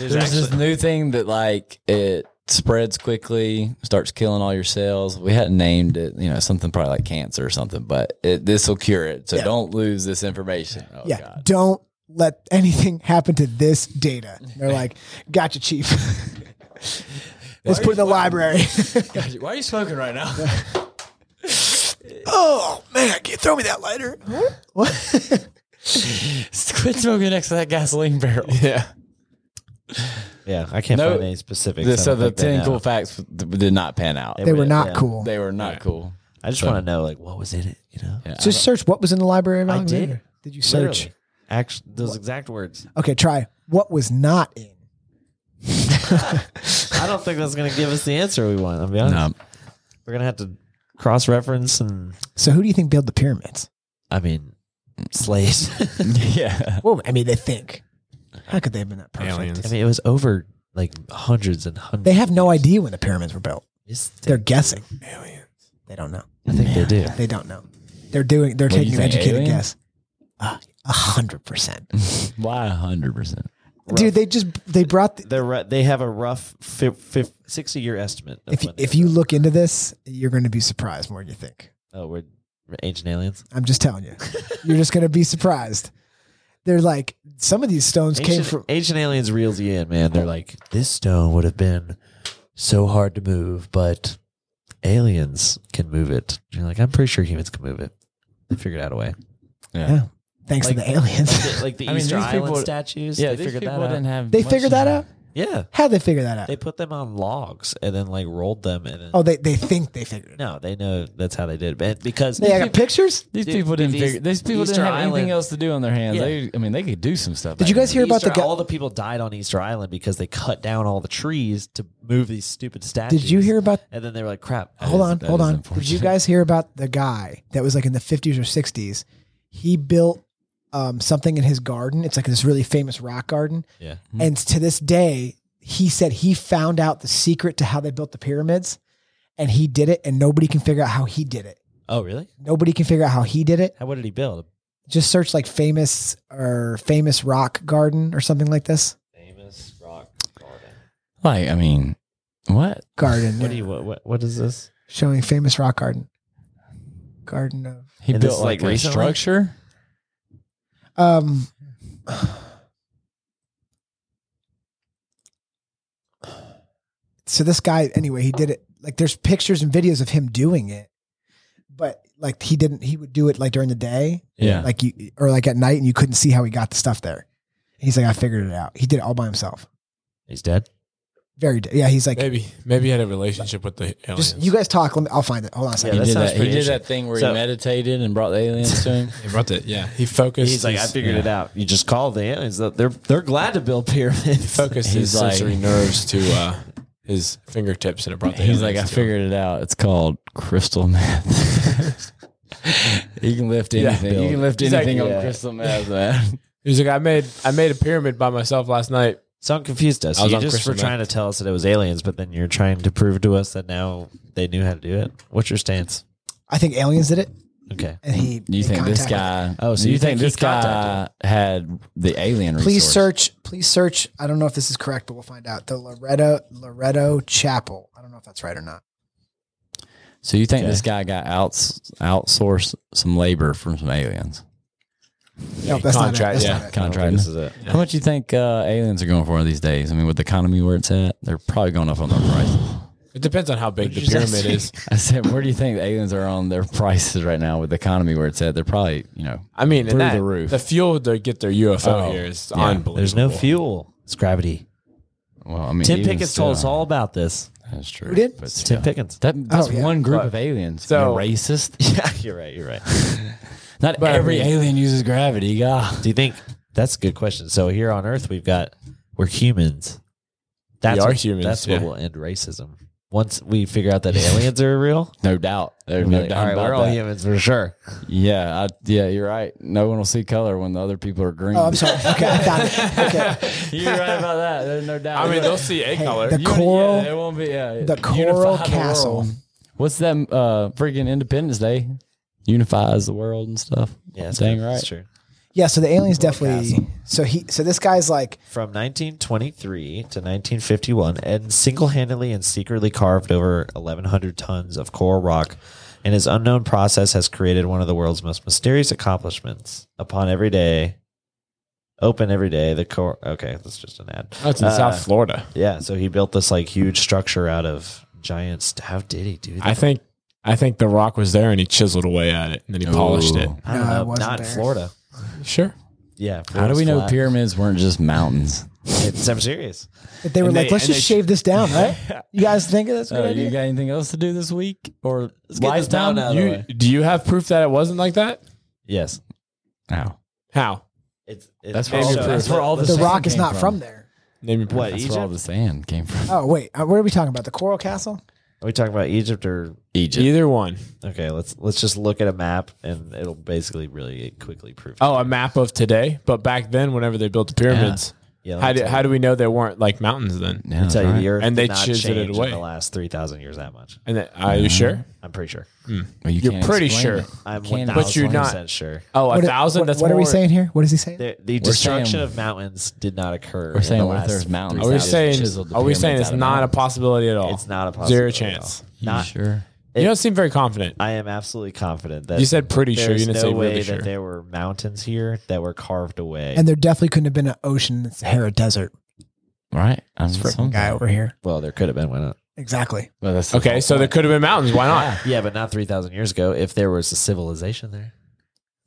There's, this new thing that like it spreads quickly, starts killing all your cells. We hadn't named it, you know, something probably like cancer or something, but it, this will cure it. So Yeah. don't lose this information. Oh yeah, God. don't let anything happen to this data. And they're like, "Gotcha, chief." Let's put it in the library. God, Why are you smoking right now? oh man, can you throw me that lighter? What? Quit smoking next to that gasoline barrel. Yeah. yeah, I can't No, find any specifics. I so don't the think they 10 know. cool facts did not pan out. they were not Yeah. cool. They were not cool. I just want to know like what was in it, you know? Yeah. Just search what was in the library of I Alexandria. did. Did you search? Literally. Actu- those exact words. Okay, try what was not in. I don't think that's going to give us the answer we want. I'll be honest. No. We're going to have to cross reference and, So who do you think built the pyramids? I mean, slaves. yeah. Well, I mean, they think. How could they have been that perfect? Aliens. I mean, it was over like hundreds and hundreds. They have no idea when the pyramids were built. Yes, they- They're guessing. They don't know. I think they do. They don't know. They're doing. They're do taking you an think, educated aliens? guess. Uh, A hundred percent. Why 100%? dude. They just they brought. The, They're ru- they have a rough fif- fif- sixty year estimate. Of if when they- if you look into this, you're going to be surprised more than you think. oh, we're we're ancient aliens. I'm just telling you, you're just going to be surprised. They're like some of these stones came Ancient, from. ancient aliens reels you in, man. They're like, this stone would have been so hard to move, but aliens can move it. You're like, I'm pretty sure humans can move it. They figured out a way. Yeah, thanks to Like- the aliens. Like the I mean, Easter these Island people- statues. Yeah, they these figured people that out. didn't have. they much- figured that out. yeah, How would they figure that out? they put them on logs and then like rolled them and then. oh, they they think they figured. it out. No, they know that's how they did it, but because They got pictures. These Dude, people didn't these- figure. These people Easter didn't have Island- anything else to do on their hands. Yeah. They, I mean, they could do some stuff. Did you guys hear about the Easter- guy? all the people died on Easter Island because they cut down all the trees to move these stupid statues. Did you hear about? And then they were like, "Crap, that Hold is- on, that hold is on. Did unfortunate. you guys hear about the guy that was like in the 50s or 60s? He built um, something in his garden. It's like this really famous rock garden. Yeah. And to this day, he said he found out the secret to how they built the pyramids and he did it, and nobody can figure out how he did it. Oh, really? Nobody can figure out how he did it. How? What did he build? Just search like famous or famous rock garden or something like this. Famous rock garden. Like, I mean, what? Garden. What do you? What? What, what is this? showing famous rock garden. Garden of He And this built is, like, like, a recently? structure. Um, so this guy, anyway, he did it. Like, there's pictures and videos of him doing it, but like he didn't. He would do it like during the day, Yeah. like you, or like at night, and you couldn't see how he got the stuff there. And he's like, I figured it out. He did it all by himself. He's dead. Very, d- yeah. He's like, Maybe maybe he had a relationship with the aliens. just you guys talk. Let me, I'll find it. Hold on a Yeah, second. he that did sounds that. He pretty did interesting. that thing where So- he meditated and brought the aliens to him. He brought it. Yeah, he focused. He's like, I his- figured it out. You just call the aliens. They're they're glad to build pyramids. focused his He's like- sensory nerves to uh, his fingertips, and it brought the. He's like, I aliens to him. figured it out. It's called crystal meth. you can lift Yeah. anything. you can lift He's like, anything on yeah. crystal meth, man. He's like, I made I made a pyramid by myself last night. So I'm confused. Us. I was You on just crystal were trying to tell us that it was aliens, but then you're trying to prove to us that now they knew how to do it. What's your stance? I think aliens did it, Okay. and he. You they think this guy? contacted- Oh, so you think he this guy contacted had the alien? Please resource. search. Please search. I don't know if this is correct, but we'll find out. The Loretto Loretto Chapel. I don't know if that's right or not. So you think Okay. this guy got outs outsourced some labor from some aliens? No, that's contract, not it. That's yeah. not it. Contract. This is it. How much you think uh, aliens are going for these days? I mean, with the economy where it's at, they're probably going up on their prices. It depends on how big the pyramid is. I said, where do you think the aliens are on their prices right now with the economy where it's at? They're probably, you know, I mean, and Through that- the roof. fuel to get their UFO Oh, here is yeah. unbelievable. There's no fuel. It's gravity. well, I mean, Tim even Pickens told us still- all about this. That's true. Who did? But Tim still. Pickens. That, that's Oh, yeah. one group But- of aliens. So- So racist. Yeah, you're right. You're right. Not But I every mean- alien uses gravity. God. Do you think that's a good question? So here on Earth, we've got we're humans. That's are what, humans, That's yeah. what will end racism. Once we figure out that aliens are real, No doubt. There's we'll be no like, doubt all right, about we're all that. humans for sure. Yeah, I, yeah, you're right. No one will see color when the other people are green. Oh, I'm sorry. Okay, I found it. Okay. you're right about that. There's no doubt. I mean, they'll see a color. the You- coral- yeah, it won't be. Yeah, The unify Coral the Castle. world. What's that? Uh, freaking Independence Day unifies the world and stuff. Yeah, that's dang true. right. That's true. Yeah, so the aliens definitely so he so this guy's like From 1923 to 1951, and single-handedly and secretly carved over 1,100 tons of coral rock, and his unknown process has created one of the world's most mysterious accomplishments. Upon every day, open every day, the core. Okay, that's just an ad. That's in Uh, South Florida. Yeah, so he built this like huge structure out of giant. St- How did he do that? I think I think the rock was there, and he chiseled away at it, and then he polished it. I don't No, it know. wasn't Uh, Not in there. Florida. Sure. Yeah. How do Florida's we know flat. pyramids weren't just mountains? It's, I'm serious. that they were And like, they- let's and just they- shave this down, right? You guys think that's a good Oh, idea? you got anything else to do this week or get this lifetime? mountain out of the You way. do you have proof that it wasn't like that? Yes. Ow. How? It's, it's Oh. That's where all so the- that's that's where all the the sand rock is came not from, from. there. Name your proof. What That's Egypt? where all the sand came from. Oh wait, uh, what are we talking about? The coral castle? Are we talking about Egypt or? Egypt. Either one. Okay, let's let's just look at a map and it'll basically really quickly prove. Oh, a map of today, but back then, whenever they built the pyramids, Yeah, let me How do tell how do we know there weren't like mountains then? you. Tell you the earth And they did not chiseled it change away. in the last three thousand years that much. And then, are you sure? I'm pretty sure. Well, you You're can't pretty explain sure. it. I'm Can't- one But you're thousand not- percent sure. Oh, a What- thousand. What, That's what are we more- saying here? What is he saying? The, the destruction saying- of mountains did not occur. We're saying in the what if last there's mountains Are we That is saying? chiseled the Are we saying pyramids it's out of not a mountains. possibility at all? It's not a possibility. Zero at all. chance. Not. sure? you It- don't seem very confident. I am absolutely confident that You said pretty sure. You there's didn't no say way really that sure. there were mountains here that were carved away. And there definitely couldn't have been an ocean, Sahara Desert. Right. I'm Frickin' some- guy over here. well, there could have been. Why not? Exactly. Well, that's the Okay, whole so there point. could have been mountains. Why not? Yeah, but not three thousand years ago. If there was a civilization there,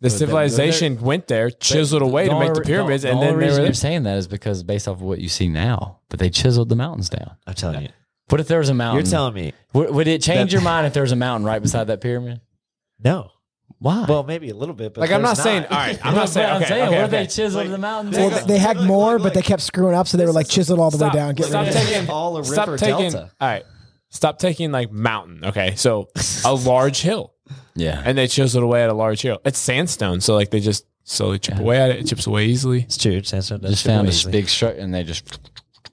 The So the- civilization went there, chiseled away to only make the re- pyramids, the and only then they reason were they're saying that is because based off of what you see now, but they chiseled the mountains down. I'm telling you, What if there was a mountain? Um, you're telling me would, would it change that- your mind if there was a mountain right beside that pyramid? no. Why? Well, maybe a little bit, but like, I'm not there's saying. All right, I'm not saying. I'm Okay, saying okay, what okay. if they chiseled the mountains? Well, down? they, they had Look, more, look, but they look. kept screwing up, so they were like chiseled all the way down. Get stop rid of it. taking all a stop river taking delta. all right stop taking like mountain okay so a large hill yeah. and they chiseled away at a large hill it's sandstone so like they just slowly chip away at it it chips away easily It's true. Sandstone does Just chip found away this easily. big structure and they just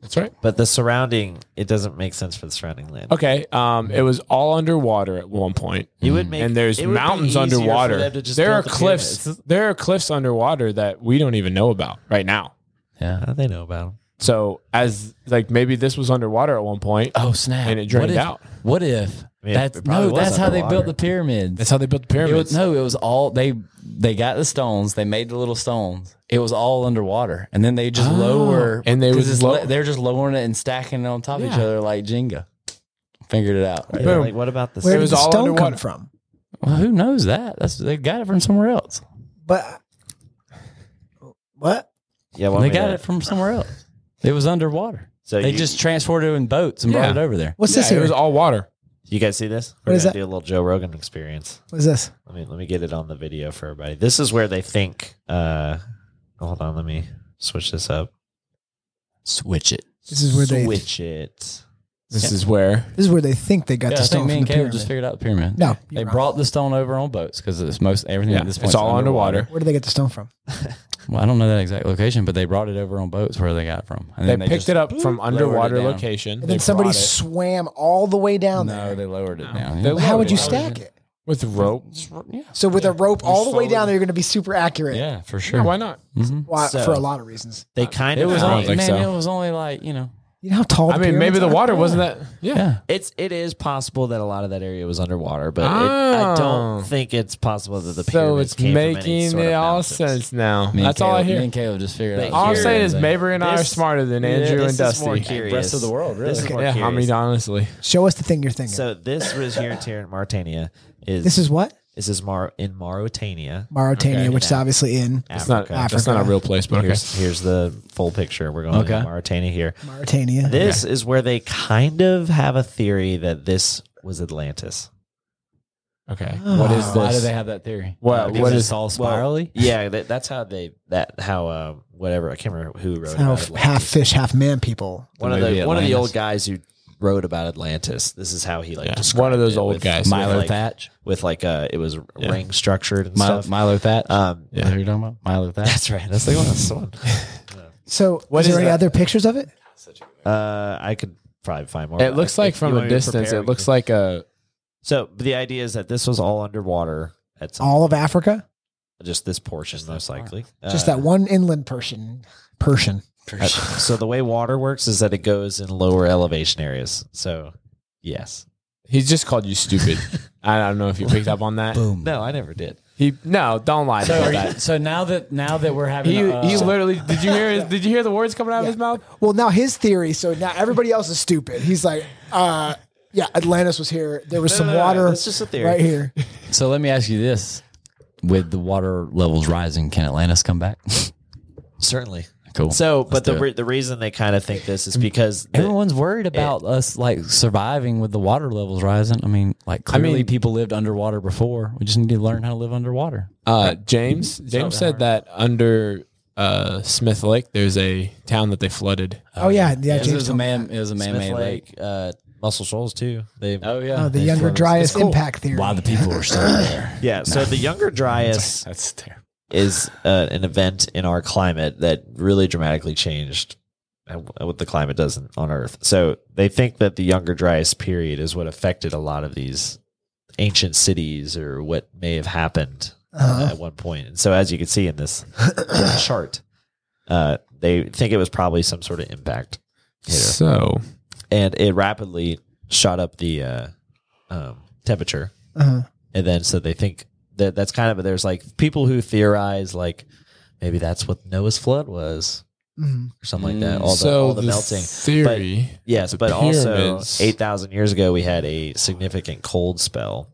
that's right but the surrounding it doesn't make sense for the surrounding land. okay um it was all underwater at one point It would make Mm. and there's it would be mountains easier for underwater them to just there build are the cliffs pyramids. there are cliffs underwater that we don't even know about right now yeah. How do they know about them? so as like maybe this was underwater at one point Oh snap! And it drained what if, out. What if mean, that's it probably no? was That's how they underwater. built the pyramids. that's how they built the It was, pyramids no, it was all they they got the stones. They made the little stones. It was all underwater, and then they just Oh, lower and they 'cause was it's low- le- they're just lowering it and stacking it on top of each Yeah. other like Jenga. Figured it out. Yeah, Boom. like what about the Where It did was the all stone underwater. come from? Well, who knows that? That's they got it from somewhere else. But what? yeah? Well, uh, they got it from somewhere else. It was underwater. So they you- just transported it in boats and Yeah. brought it over there. What's yeah, this here? it was all water You guys see this? What We're is gonna that? do a little Joe Rogan experience. what is this? Let me let me get it on the video for everybody. This is where they think. uh Hold on, let me switch this up. Switch it. This is where they- switch it. this is where This is where they think they got Yeah, the I think stone me from and the Caleb just pyramid. figured out the pyramid. No, They you're wrong. brought the stone over on boats because it's most everything yeah, at this point. it's all underwater Where do they get the stone from? Well, I don't know that exact location, but they brought it over on boats where they got it from. And they, then picked just- it up from lowered it underwater down. location. And They then somebody brought it swam all the way down No, there. they lowered it down. They Yeah. How would you lowered it. stack it? with rope. Yeah. So with a rope all the way slowly- down there, you're going to be super accurate. Yeah, for sure. Yeah, why not? Mhm. Why- So- for a lot of reasons. They Uh, kind It of was don't only, think- think man, so. it was only like, you know. You know how tall. The I mean, maybe pyramids the are? water wasn't that. Yeah. Yeah. It's it is possible that a lot of that area was underwater, but it, I Oh. don't think it's possible that the So pyramids it's came from any making sort of it all mountains. sense now. Me and That's all I Caleb- Me hear. and Caleb just figured But out. All I'm here- saying is Mabry and I are This- smarter than Yeah, Andrew this and is more Dusty. curious. Rest of the world, really. This is more Yeah, I curious. mean, honestly. Show us the thing you're thinking. So this was here in Tir- Mauritania. Is this is what this is Mar in Mauritania? Mauritania, Okay. which is Yeah. obviously in It's not, Africa. that's not a real place, but okay. Here's, here's the full picture. We're going Okay. to Mauritania here. Mauritania. This is where they kind of have a theory that this was Atlantis. Okay. What is this? Why do this? they have that theory? What- Because what it's is- all Well, spirally? yeah, that, that's how they that how um, whatever I can't remember who wrote how about f- Atlantis. half fish, half man people. one of the movie one of the Atlantis. old guys who wrote about Atlantis. This is how he like Yeah, described one of those it old with- guys. with, Milo like, Thatch. with like uh it was ring structured and Milo, stuff. Milo Thatch. um, yeah. What are you talking about? Milo Thatch. that's right. That's the one. That's the one. So, What is there is any that? other pictures of it? Uh, I could probably find more. It looks like from a distance, it looks like a. So but the idea is that this was all underwater at some All of Africa, just this portion most that part. likely. just Uh, that one inland person. Persian. uh, so the way water works is that it goes in lower elevation areas. So yes. He's just called you stupid. I don't know if you picked up on that. Hmm. Boom. No, I never did. He no, don't lie So, about are you, that. so now that now that we're having He uh, he literally did you hear did you hear the words coming out of his mouth? Well, now his theory. So now everybody else is stupid. He's like, uh, yeah, Atlantis was here. There was some no, no, water. that's just a theory. right here. So let me ask you this: With the water levels rising, can Atlantis come back? Certainly. cool. So, but the do it. re- the reason they kind of think this is because the- everyone's worried about us like surviving with the water levels rising. I mean, like clearly mean- people lived underwater before. We just need to learn how to live underwater. Uh, James James said that under uh, Smith Lake, there's a town that they flooded. Oh yeah, yeah. It was James a man. It was a Smith man-made lake. Lake, uh, Muscle Shoals too. They Oh yeah. Oh, the younger Dryas impact theory. Why the people are still there? yeah. So the younger Dryas That's terrible. is uh, an event in our climate that really dramatically changed how- what the climate does in- on Earth. So they think that the Younger Dryas period is what affected a lot of these ancient cities or what may have happened uh, Uh-huh. at one point. And so, as you can see in this chart, uh, they think it was probably some sort of impact. hitter So and it rapidly shot up the uh, um, temperature. Uh-huh. And then so they think that that's kind of there's like people who theorize like maybe that's what Noah's flood was Mhm. or something like Mm. that. All the, so all the, melting. theory. Yes, the but pyramids- also eight thousand years ago we had a significant cold spell.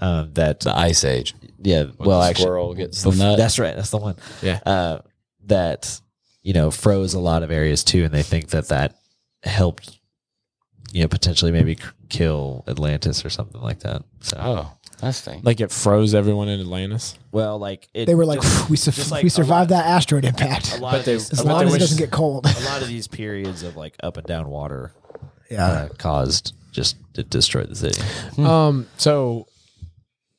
Um, that the ice age. yeah, well the actually squirrel gets the bef- nut. that's right, that's the one. Yeah. uh, that you know froze a lot of areas too, and they think that that helped, you know, potentially maybe c- kill Atlantis or something like that. So, Oh, that's thing. Like it froze everyone in Atlantis. well, like it, They were like, just- we, sur- just like we a survived lot- that asteroid impact. A lot But of they- these, As but a, lot long there as it was- doesn't get cold. a lot of these periods of like up and down water Yeah. uh, caused just it destroyed the city. Um. So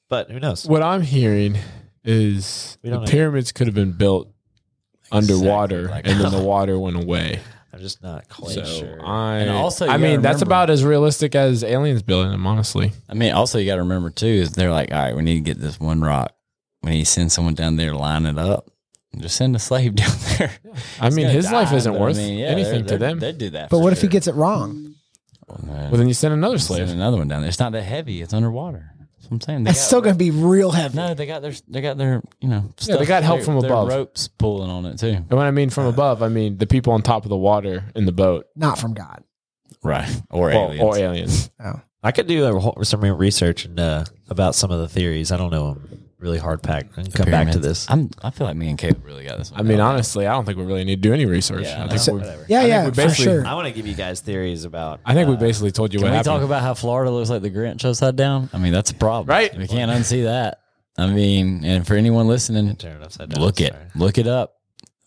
But who knows? what I'm hearing is We the don't know. pyramids could have been built underwater, like- and then the water went away. I'm just not quite So sure. I, And also, you I gotta mean, that's remember- about as realistic as aliens building them, honestly. I mean, also you got to remember too is they're like, all right, we need to get this one rock. We need to send someone down there, to line it up, and just send a slave down there. I mean, his life isn't worth anything to them. They did that. But for what if he sure. gets it wrong? Well, no, Well, then you send another send slave. another one down there? It's not that heavy. It's underwater. That's what I'm saying. They That's got- still going to be real heavy. No, they got their. They got their. You know. Yeah, they got help their- from their above. Oh. Ropes pulling on it too. And when I mean from above, I mean the people on top of the water in the boat Not from God. Right. Or Well, aliens. or aliens. I could do a whole, some research and uh, about some of the theories. I don't know them really hard packed. And come back to this. I'm. I feel like me and Caleb really got this. One I mean, down. honestly, I don't think we really need to do any research. Yeah, I no. think So- we, Yeah, think yeah, we for basically- sure. I want to give you guys theories about. I think we uh, basically told you Can what we happened. talk about how Florida looks like the Grinch upside down? I mean, that's a problem, Right. We can't unsee that. I mean, and for anyone listening, turn it upside down. look it, sorry. look it up.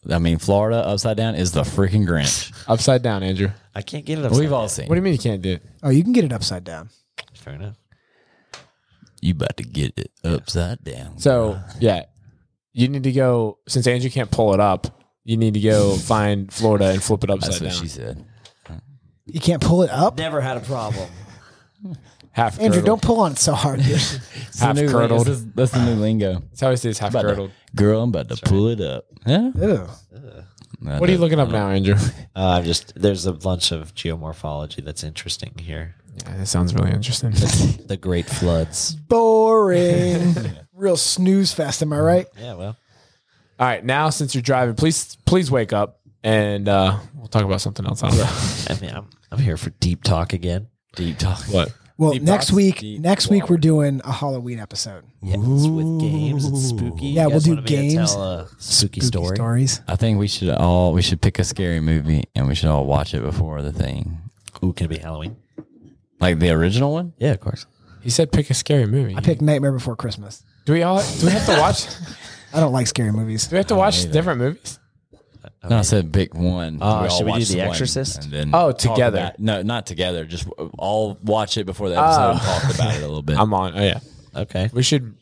I mean, Florida upside down is the freaking Grinch. Upside down, Andrew. I can't get it. Upside We've down. all seen. What do you mean you can't do it? Oh, you can get it upside down. Fair enough. You about to get it upside down? So yeah, you need to go since Andrew can't pull it up. You need to go find Florida and flip it that's upside what she down. said. You can't pull it up. Never had a problem. Half Andrew, curdled. don't pull on it so hard. dude. It's the Half new lin- curdled. this is- That's the new lingo. That's how he says half About to- curdled. Girl, I'm about to pull it up. Yeah. Ew. What are you looking up now, Andrew? Uh, I'm just there's a bunch of geomorphology that's interesting here. Yeah, that sounds really interesting. The Great Floods. Boring. Real snooze fest, am I right? Yeah, well, All right, now since you're driving, please please wake up and uh, we'll talk about something else. I don't know. I mean, I'm I'm here for deep talk again. Deep talk. What? Well, Deep next thoughts, week, deep next week we're doing a Halloween episode. Yeah, it's with games, it's spooky. You Yeah, we'll guys do wanna me to games. Tell a spooky, Spooky story. stories. I think we should all we should pick a scary movie and we should all watch it before the thing, Ooh, can it be Halloween? like the original one. Yeah, of course. He said pick a scary movie. I picked Nightmare Before Christmas. do we all do we have to watch? I don't like scary movies. Do we have to watch different movies? No, I said pick one. Uh, all should we do watch The one Exorcist? and then Oh, talk together. about- no, not together. Just w- all watch it before the episode and talk about it a little bit. I'm on. Oh yeah, Okay. we should.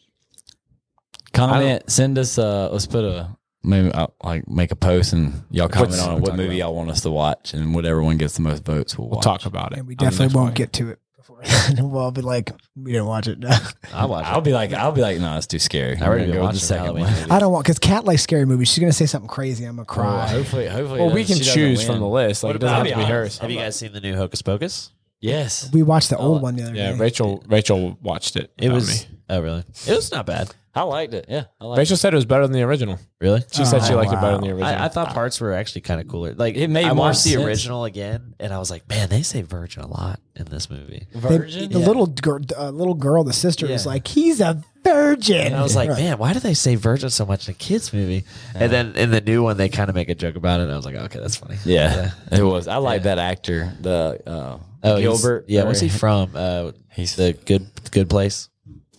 comment. Send us. Uh, let's put a maybe uh, like make a post and y'all comment What's- on it, what movie y'all want us to watch and whatever one gets the most votes, we'll, We'll watch. talk about it. And we on the next definitely won't one. get to it before. we'll all be like, we didn't watch it. I watch. I'll it. be like, I'll be like, no, it's too scary. I already We're been gonna go watching with the second Halloween. one. movies. I don't want because Kat likes scary movies. She's gonna say something crazy. I'm Well, gonna cry. hopefully, hopefully. Well, it we doesn't- can she doesn't choose win. from the list. Like it about- doesn't have to be I'll be hers. Have you guys seen the new Hocus Pocus? Yes. we watched the old one the other Yeah, day. Rachel. Rachel watched it. It without was. me. Oh, really? It was not bad. I liked it. Yeah. I liked Rachel said it Uh, was better than the original. Really? She said she liked it better than the original. I, I thought parts were actually kind of cooler. Like It made I more watched the sense. original again, and I was like, man, they say virgin a lot in this movie. it. They- Virgin. the little girl, uh, little girl, the sister was Yeah. like, "He's a virgin." And I was like, Right. man, why do they say virgin so much in a kids movie? And then in the new one, they kind of make a joke about it. And I was like, okay, that's funny. Yeah, it was. I like that actor. The uh, Oh, he's- Gilbert. Yeah, where's he Or- from? Uh, he's the good good place.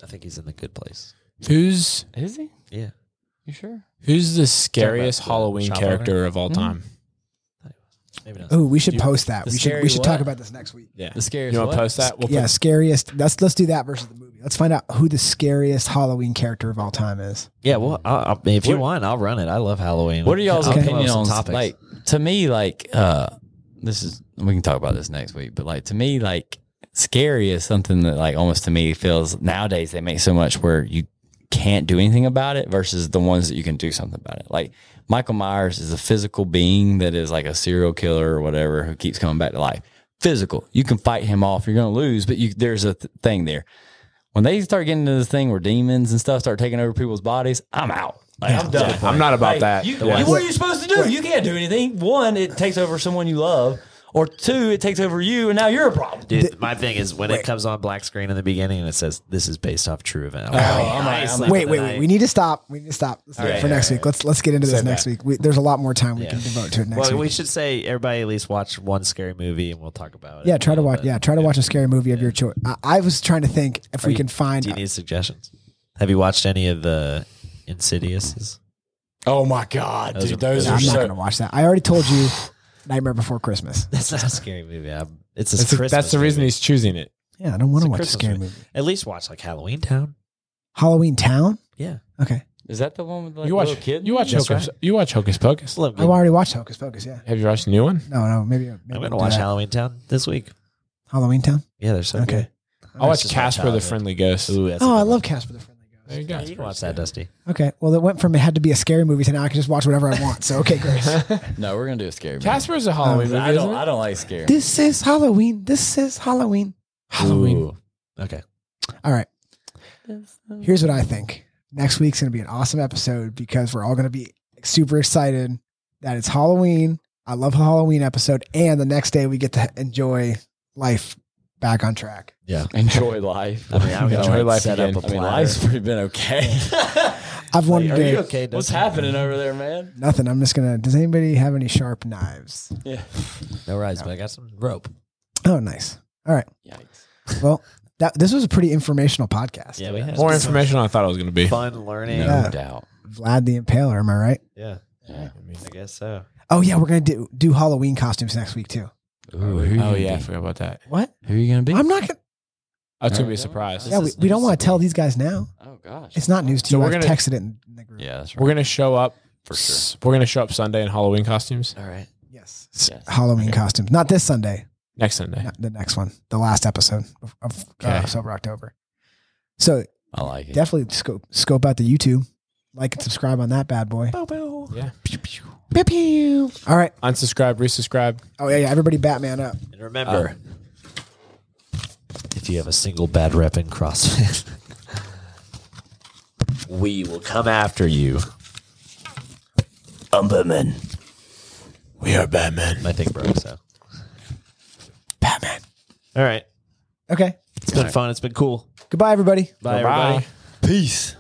I think he's in the good place. who's Is he? Yeah. You sure? who's the scariest the Halloween shop character of all time? Maybe not. Ooh, Oh, we should post that. the We should scary we should what? talk about this next week. Yeah. The scariest You want what? to post that? We'll yeah, put- scariest. Let's let's do that versus the movie. Let's find out who the scariest Halloween character of all time is. Yeah, well, I, I, if you What- want, I'll run it. I love Halloween. What are y'all's I'll come up with opinion some on topics? like to me like uh this is we can talk about this next week, but like to me like scary is something that like almost to me feels nowadays they make so much where you can't do anything about it versus the ones that you can do something about it. Like Michael Myers is a physical being that is like a serial killer or whatever who keeps coming back to life. Physical. You can fight him off. You're going to lose, but you there's a th- thing there when they start getting into this thing where demons and stuff start taking over people's bodies, I'm out. Like, I'm done. I'm not about Like, that. You, Yeah. you- what are you supposed to do? You can't do anything. One, it takes over someone you love, or two, it takes over you, and now you're a problem. Dude, my thing is when it comes on black screen in the beginning and it says this is based off true event. Oh, I'm like, I'm like- Oh, Wait, wait, wait. We need to stop. We need to stop Let's do it right, for all next week. Let's let's get into this next that. week. We, there's a lot more time we Yeah. can devote to it next Well, week. we should say everybody at least watch one scary movie and we'll talk about it. yeah, try to watch. Yeah, try to watch a scary movie of your choice. I, I was trying to think if we can find. Do you need suggestions? Have you watched any of the Insidiouses? Oh my God, Those dude, are- those Nah, are I'm not so. going to watch that. I already told you, Nightmare Before Christmas. That's not a scary movie. i it's a That's, Christmas. that's the reason movie. he's choosing it. Yeah, I don't It's want to a watch a Christmas scary movie. movie. at least watch like Halloween Town. Halloween Town. Yeah, Okay, Is that the one with like, You watch, little kid? you watch, That's Hocus, you watch Hocus Pocus. Slim. I've already watched Hocus Pocus. Yeah. Have you watched the new one? No, no, maybe, maybe I'm we'll gonna do watch that. Halloween Town this week. Halloween Town. Yeah, they're so Okay. good. I watched just my Casper the childhood. Friendly Ghost. Ooh, that's a Oh, good I one. love Casper the Friendly Ghost. There you Yeah, go. you can watch that, Dusty. Okay, well, it went from it had to be a scary movie to now I can just watch whatever I want. So okay, great. No, we're gonna do a scary. Casper's a Halloween movie. I isn't don't. it? I don't like scary. this is Halloween. This is Halloween. Halloween. Okay. All right. Here's what I think. Next week's going to be an awesome episode because we're all going to be super excited that it's Halloween. I love a Halloween episode. And the next day we get to enjoy life back on track. Enjoy life. I mean, I'm gonna Enjoy like, life set again. up a I mean, platter. life's pretty been okay. I've wanted Are you to do okay? What's Dusty? happening over there, man? nothing. I'm just going to. Does anybody have any sharp knives? Yeah. No rise, but I got some rope. Oh, nice. All right. Yikes. Well, that, this was a pretty informational podcast. Yeah, we had More information than I thought it was going to be. fun learning. No Yeah. doubt. Vlad the Impaler. Am I right? Yeah, Yeah. I guess so. Oh yeah, we're gonna do do Halloween costumes next week too. Ooh, who you oh gonna yeah, I be? forgot about that. What? Who are you gonna be? I'm not gonna. That's gonna Alright. be a surprise. This Yeah, we, is we don't news want to to tell these guys now. oh gosh. It's not news to So you. we're I've gonna- texted it in the group. Yeah, that's right. We're gonna show up For sure. s- We're gonna show up Sunday in Halloween costumes All right. Yes. S- Yes. Halloween costumes. Not this Sunday. next Sunday. Not the next one. The last episode of, of uh, Okay. Sober October. So I like it. definitely scope scope out the YouTube, like and subscribe on that bad boy. Yeah. Pew, pew. All right. Unsubscribe, resubscribe. Oh yeah, yeah. Everybody, Batman up. And remember, Um, if you have a single bad rep in CrossFit, we will come after you. I'm Batman. We are Batman. My thing broke, so. Batman. All right. Okay. It's been fun. It's been cool. Goodbye, everybody. Bye, everybody. Peace.